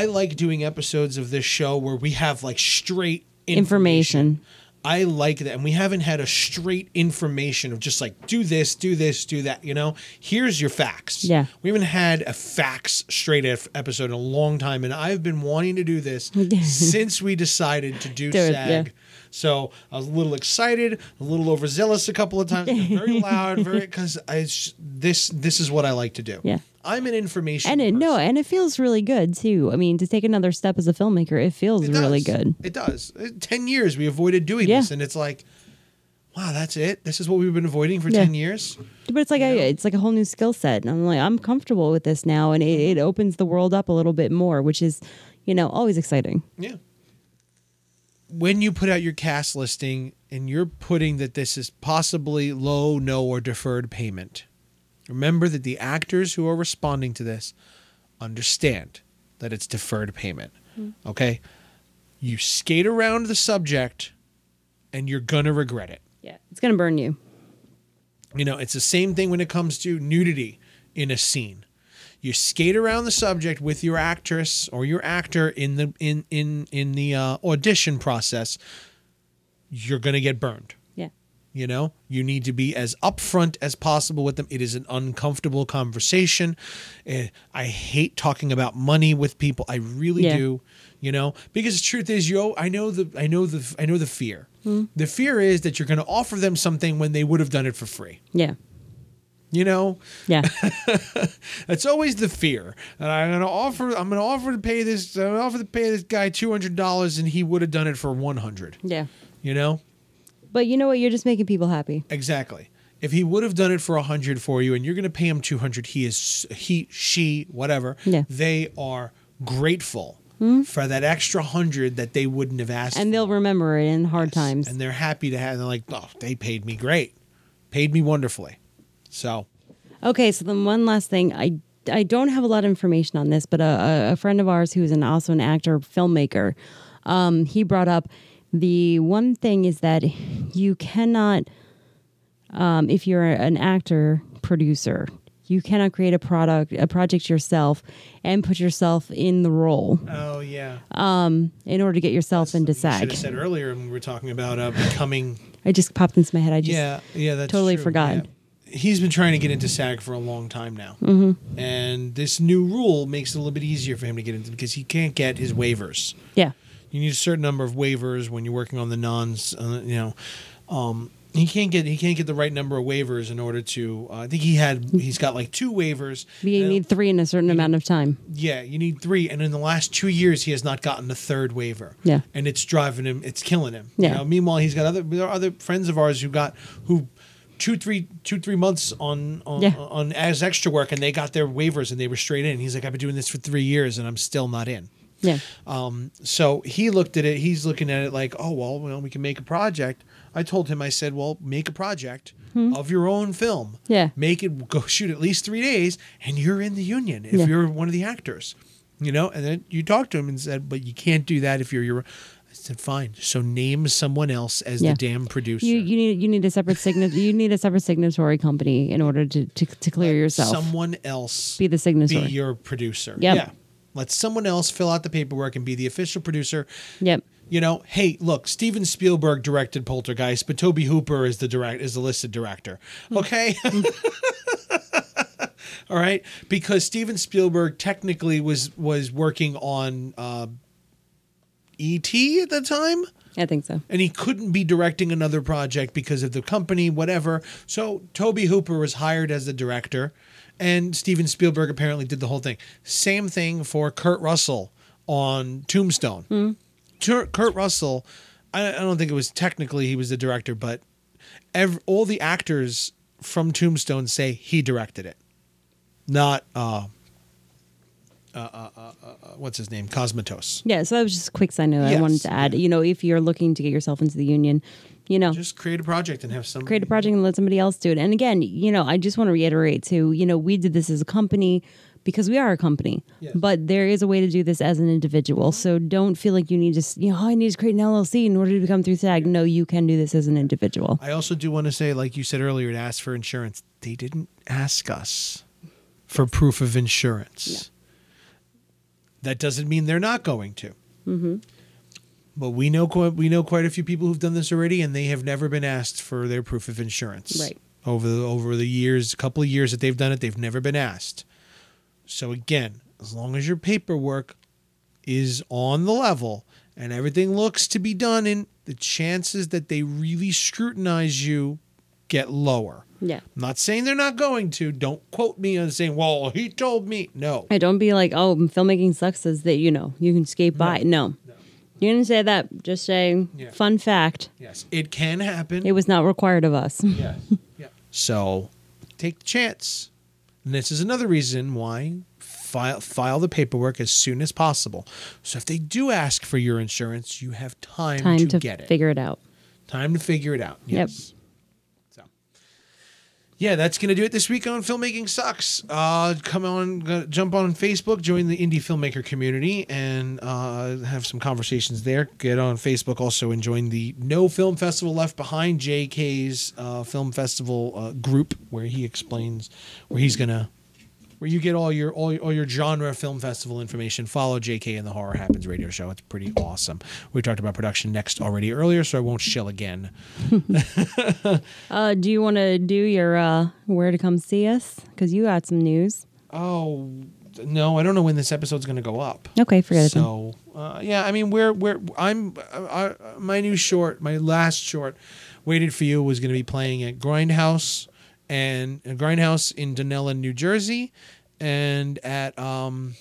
Speaker 1: I like doing episodes of this show where we have like straight
Speaker 2: Information.
Speaker 1: I like that. And we haven't had a straight information of just like, do this, do this, do that. You know, here's your facts.
Speaker 2: Yeah.
Speaker 1: We haven't had a facts straight ef- episode in a long time. And I've been wanting to do this since we decided to do,
Speaker 2: Do it,
Speaker 1: SAG.
Speaker 2: yeah.
Speaker 1: So I was a little excited, a little overzealous a couple of times, very loud, very because I sh- this this is what I like to do.
Speaker 2: Yeah.
Speaker 1: I'm an information.
Speaker 2: And it no,
Speaker 1: person.
Speaker 2: and it feels really good too. I mean, to take another step as a filmmaker, it feels
Speaker 1: It
Speaker 2: really
Speaker 1: does.
Speaker 2: good.
Speaker 1: It does. Uh, Ten years we avoided doing
Speaker 2: Yeah.
Speaker 1: this, and it's like, wow, that's it. This is what we've been avoiding for
Speaker 2: Yeah.
Speaker 1: ten years.
Speaker 2: But it's like I, it's like a whole new skill set. And I'm like I'm comfortable with this now, and
Speaker 1: Mm-hmm.
Speaker 2: it, it opens the world up a little bit more, which is, you know, always exciting.
Speaker 1: Yeah. When you put out your cast listing and you're putting that this is possibly low, no, or deferred payment, remember that the actors who are responding to this understand that it's deferred payment. Okay. You skate around the subject and you're going to regret it.
Speaker 2: Yeah, it's gonna burn you.
Speaker 1: You know, it's the same thing when it comes to nudity in a scene. You skate around the subject with your actress or your actor in the in in in the uh, audition process. You're gonna get burned.
Speaker 2: Yeah,
Speaker 1: You know, you need to be as upfront as possible with them. It is an uncomfortable conversation. Eh, I hate talking about money with people. I really
Speaker 2: Yeah.
Speaker 1: do. You know, because the truth is, yo, I know the, I know the, I know the fear. The fear is that you're going to offer them something when they would have done it for free.
Speaker 2: Yeah.
Speaker 1: You know,
Speaker 2: Yeah.
Speaker 1: that's always the fear. And I'm gonna offer. I'm gonna offer to pay this. I'm gonna offer to pay this guy two hundred dollars, and he would have done it for one hundred.
Speaker 2: yeah.
Speaker 1: You know
Speaker 2: But you know what? You're just making people happy.
Speaker 1: exactly. If he would have done it for a hundred for you, and you're gonna pay him two hundred, he is he she whatever.
Speaker 2: Yeah. Hmm?
Speaker 1: They are grateful for that extra hundred that they wouldn't have asked.
Speaker 2: And they'll remember it in hard times.
Speaker 1: and they're happy to have. They're like, oh, they paid me great, paid me wonderfully. So
Speaker 2: Okay, so then one last thing. I I don't have a lot of information on this, but a- a, a friend of ours who's an also an actor, filmmaker, um, he brought up the one thing is that you cannot, um, if you're an actor producer, you cannot create a product a project yourself and put yourself in the role
Speaker 1: oh yeah.
Speaker 2: in order to get yourself into
Speaker 1: should
Speaker 2: SAG.
Speaker 1: have said earlier when we were talking about uh, becoming.
Speaker 2: I just popped into my head. I just
Speaker 1: Yeah, yeah, that's
Speaker 2: totally
Speaker 1: true,
Speaker 2: forgot.
Speaker 1: yeah. He's been trying to get into SAG for a long time now, mm-hmm. and this new rule makes it a little bit easier for him to get into because he can't get his waivers.
Speaker 2: yeah.
Speaker 1: You need a certain number of waivers when you're working on the nons. Uh, you know, um, he can't get he can't get the right number of waivers in order to. Uh, I think he had he's got like two waivers.
Speaker 2: You
Speaker 1: and-
Speaker 2: need three in a certain amount of time.
Speaker 1: yeah, you need three, and in the last two years, he has not gotten a third waiver.
Speaker 2: Yeah.
Speaker 1: and it's driving him. It's killing him.
Speaker 2: Yeah.
Speaker 1: You know? Meanwhile, he's got other there are other friends of ours who got who two three two three months on on,
Speaker 2: Yeah.
Speaker 1: on as extra work, and they got their waivers and they were straight in. He's like, I've been doing this for three years, and I'm still not in.
Speaker 2: Yeah.
Speaker 1: Um, so he looked at it. He's looking at it like, oh well, well, we can make a project. I told him, I said, well, make a project of your own film.
Speaker 2: Hmm. Yeah.
Speaker 1: Make it go shoot at least three days, and you're in the union if
Speaker 2: Yeah.
Speaker 1: you're one of the actors, you know. And then you talked to him and said, but you can't do that if you're your. I said, fine. So name someone else as
Speaker 2: Yeah.
Speaker 1: the damn producer.
Speaker 2: You, you need you need a separate signature. you need a separate signatory company in order to to, to clear yourself.
Speaker 1: Someone else
Speaker 2: Be the signatory.
Speaker 1: be your producer.
Speaker 2: Yep.
Speaker 1: Yeah. Let someone else fill out the paperwork and be the official producer.
Speaker 2: yep.
Speaker 1: you know, hey, look, Steven Spielberg directed Poltergeist, but Toby Hooper is the direct is the listed director. Okay. All right, because Steven Spielberg technically was was working on uh, E.T. at the time,
Speaker 2: I think so.
Speaker 1: and he couldn't be directing another project because of the company, whatever. So Toby Hooper was hired as the director, and Steven Spielberg apparently did the whole thing. Same thing for Kurt Russell on Tombstone.
Speaker 2: Hmm.
Speaker 1: Tur- Kurt Russell, I, I don't think it was technically he was the director, but ev- all the actors from Tombstone say he directed it, not uh, uh, uh, uh, uh, what's his name, Cosmatos.
Speaker 2: Yeah. So that was just a quick side note I
Speaker 1: Yes,
Speaker 2: wanted to add. You know, if you're looking to get yourself into the union, you know,
Speaker 1: Just create a project and have some
Speaker 2: create a project and let somebody else do it. And again, you know, I just want to reiterate too. You know, we did this as a company because we are a company,
Speaker 1: Yes.
Speaker 2: but there is a way to do this as an individual. So don't feel like you need to. s- You know, oh, I need to create an LLC in order to become through SAG. No, you can do this as an individual.
Speaker 1: I also do want to say, like you said earlier, to ask for insurance. They didn't ask us for proof of insurance. That doesn't mean they're not going to. Mm-hmm. But we know quite, we know quite a few people who've done this already, and they have never been asked for their proof of insurance.
Speaker 2: Right.
Speaker 1: Over the, over the years, a couple of years that they've done it, they've never been asked. So again, as long as your paperwork is on the level and everything looks to be done in the chances that they really scrutinize you get lower.
Speaker 2: Yeah.
Speaker 1: I'm not saying they're not going to. Don't quote me on saying, well, he told me. No.
Speaker 2: I don't be like, oh, filmmaking sucks. Is that you know you can skate by? No, you didn't say that. Just say,
Speaker 1: Yeah.
Speaker 2: fun fact,
Speaker 1: Yes. It can happen.
Speaker 2: it was not required of us.
Speaker 1: yes. Yeah. So take the chance. And this is another reason why file file the paperwork as soon as possible. So if they do ask for your insurance, you have time,
Speaker 2: Time
Speaker 1: to,
Speaker 2: to,
Speaker 1: get it.
Speaker 2: figure it out.
Speaker 1: Time to figure it out.
Speaker 2: Yep.
Speaker 1: Yes. So, yeah, that's gonna do it this week on filmmaking sucks. Uh, come on, go, jump on Facebook, join the indie filmmaker community, and uh, have some conversations there. Get on Facebook also and join the No Film Festival Left Behind JK's uh, film festival uh, group, where he explains where he's gonna where you get all your all, your- all your genre film festival information. Follow JK and the Horror Happens radio show. It's pretty awesome. We talked about production next already earlier, so I won't shell again.
Speaker 2: Uh, do you want to do your uh, where to come see us? Because you got some news.
Speaker 1: Oh no, I don't know when this episode's going to go up.
Speaker 2: Okay, forget it. Then.
Speaker 1: So uh, yeah, I mean, we're we're I'm I, I, my new short, my last short, waited for you was going to be playing at Grindhouse and uh, Grindhouse in Dunellen, New Jersey, and at um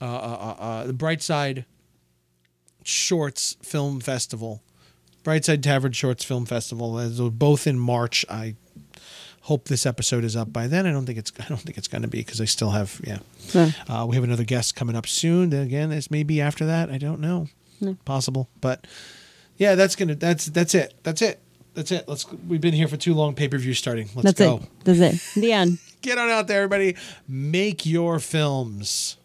Speaker 1: uh, uh, uh, uh the Brightside Shorts Film Festival, Brightside Tavern Shorts Film Festival. As they're both in March, I hope this episode is up by then. I don't think it's I don't think it's going to be because I still have yeah.
Speaker 2: So,
Speaker 1: Uh, we have another guest coming up soon. Then again, this may be after that. I don't know.
Speaker 2: No.
Speaker 1: Possible, but yeah, that's gonna. That's that's it. That's it. That's it. Let's. We've been here for too long. Pay per view starting. Let's
Speaker 2: that's
Speaker 1: go.
Speaker 2: it. That's it. The end.
Speaker 1: Get on out there, everybody. Make your films.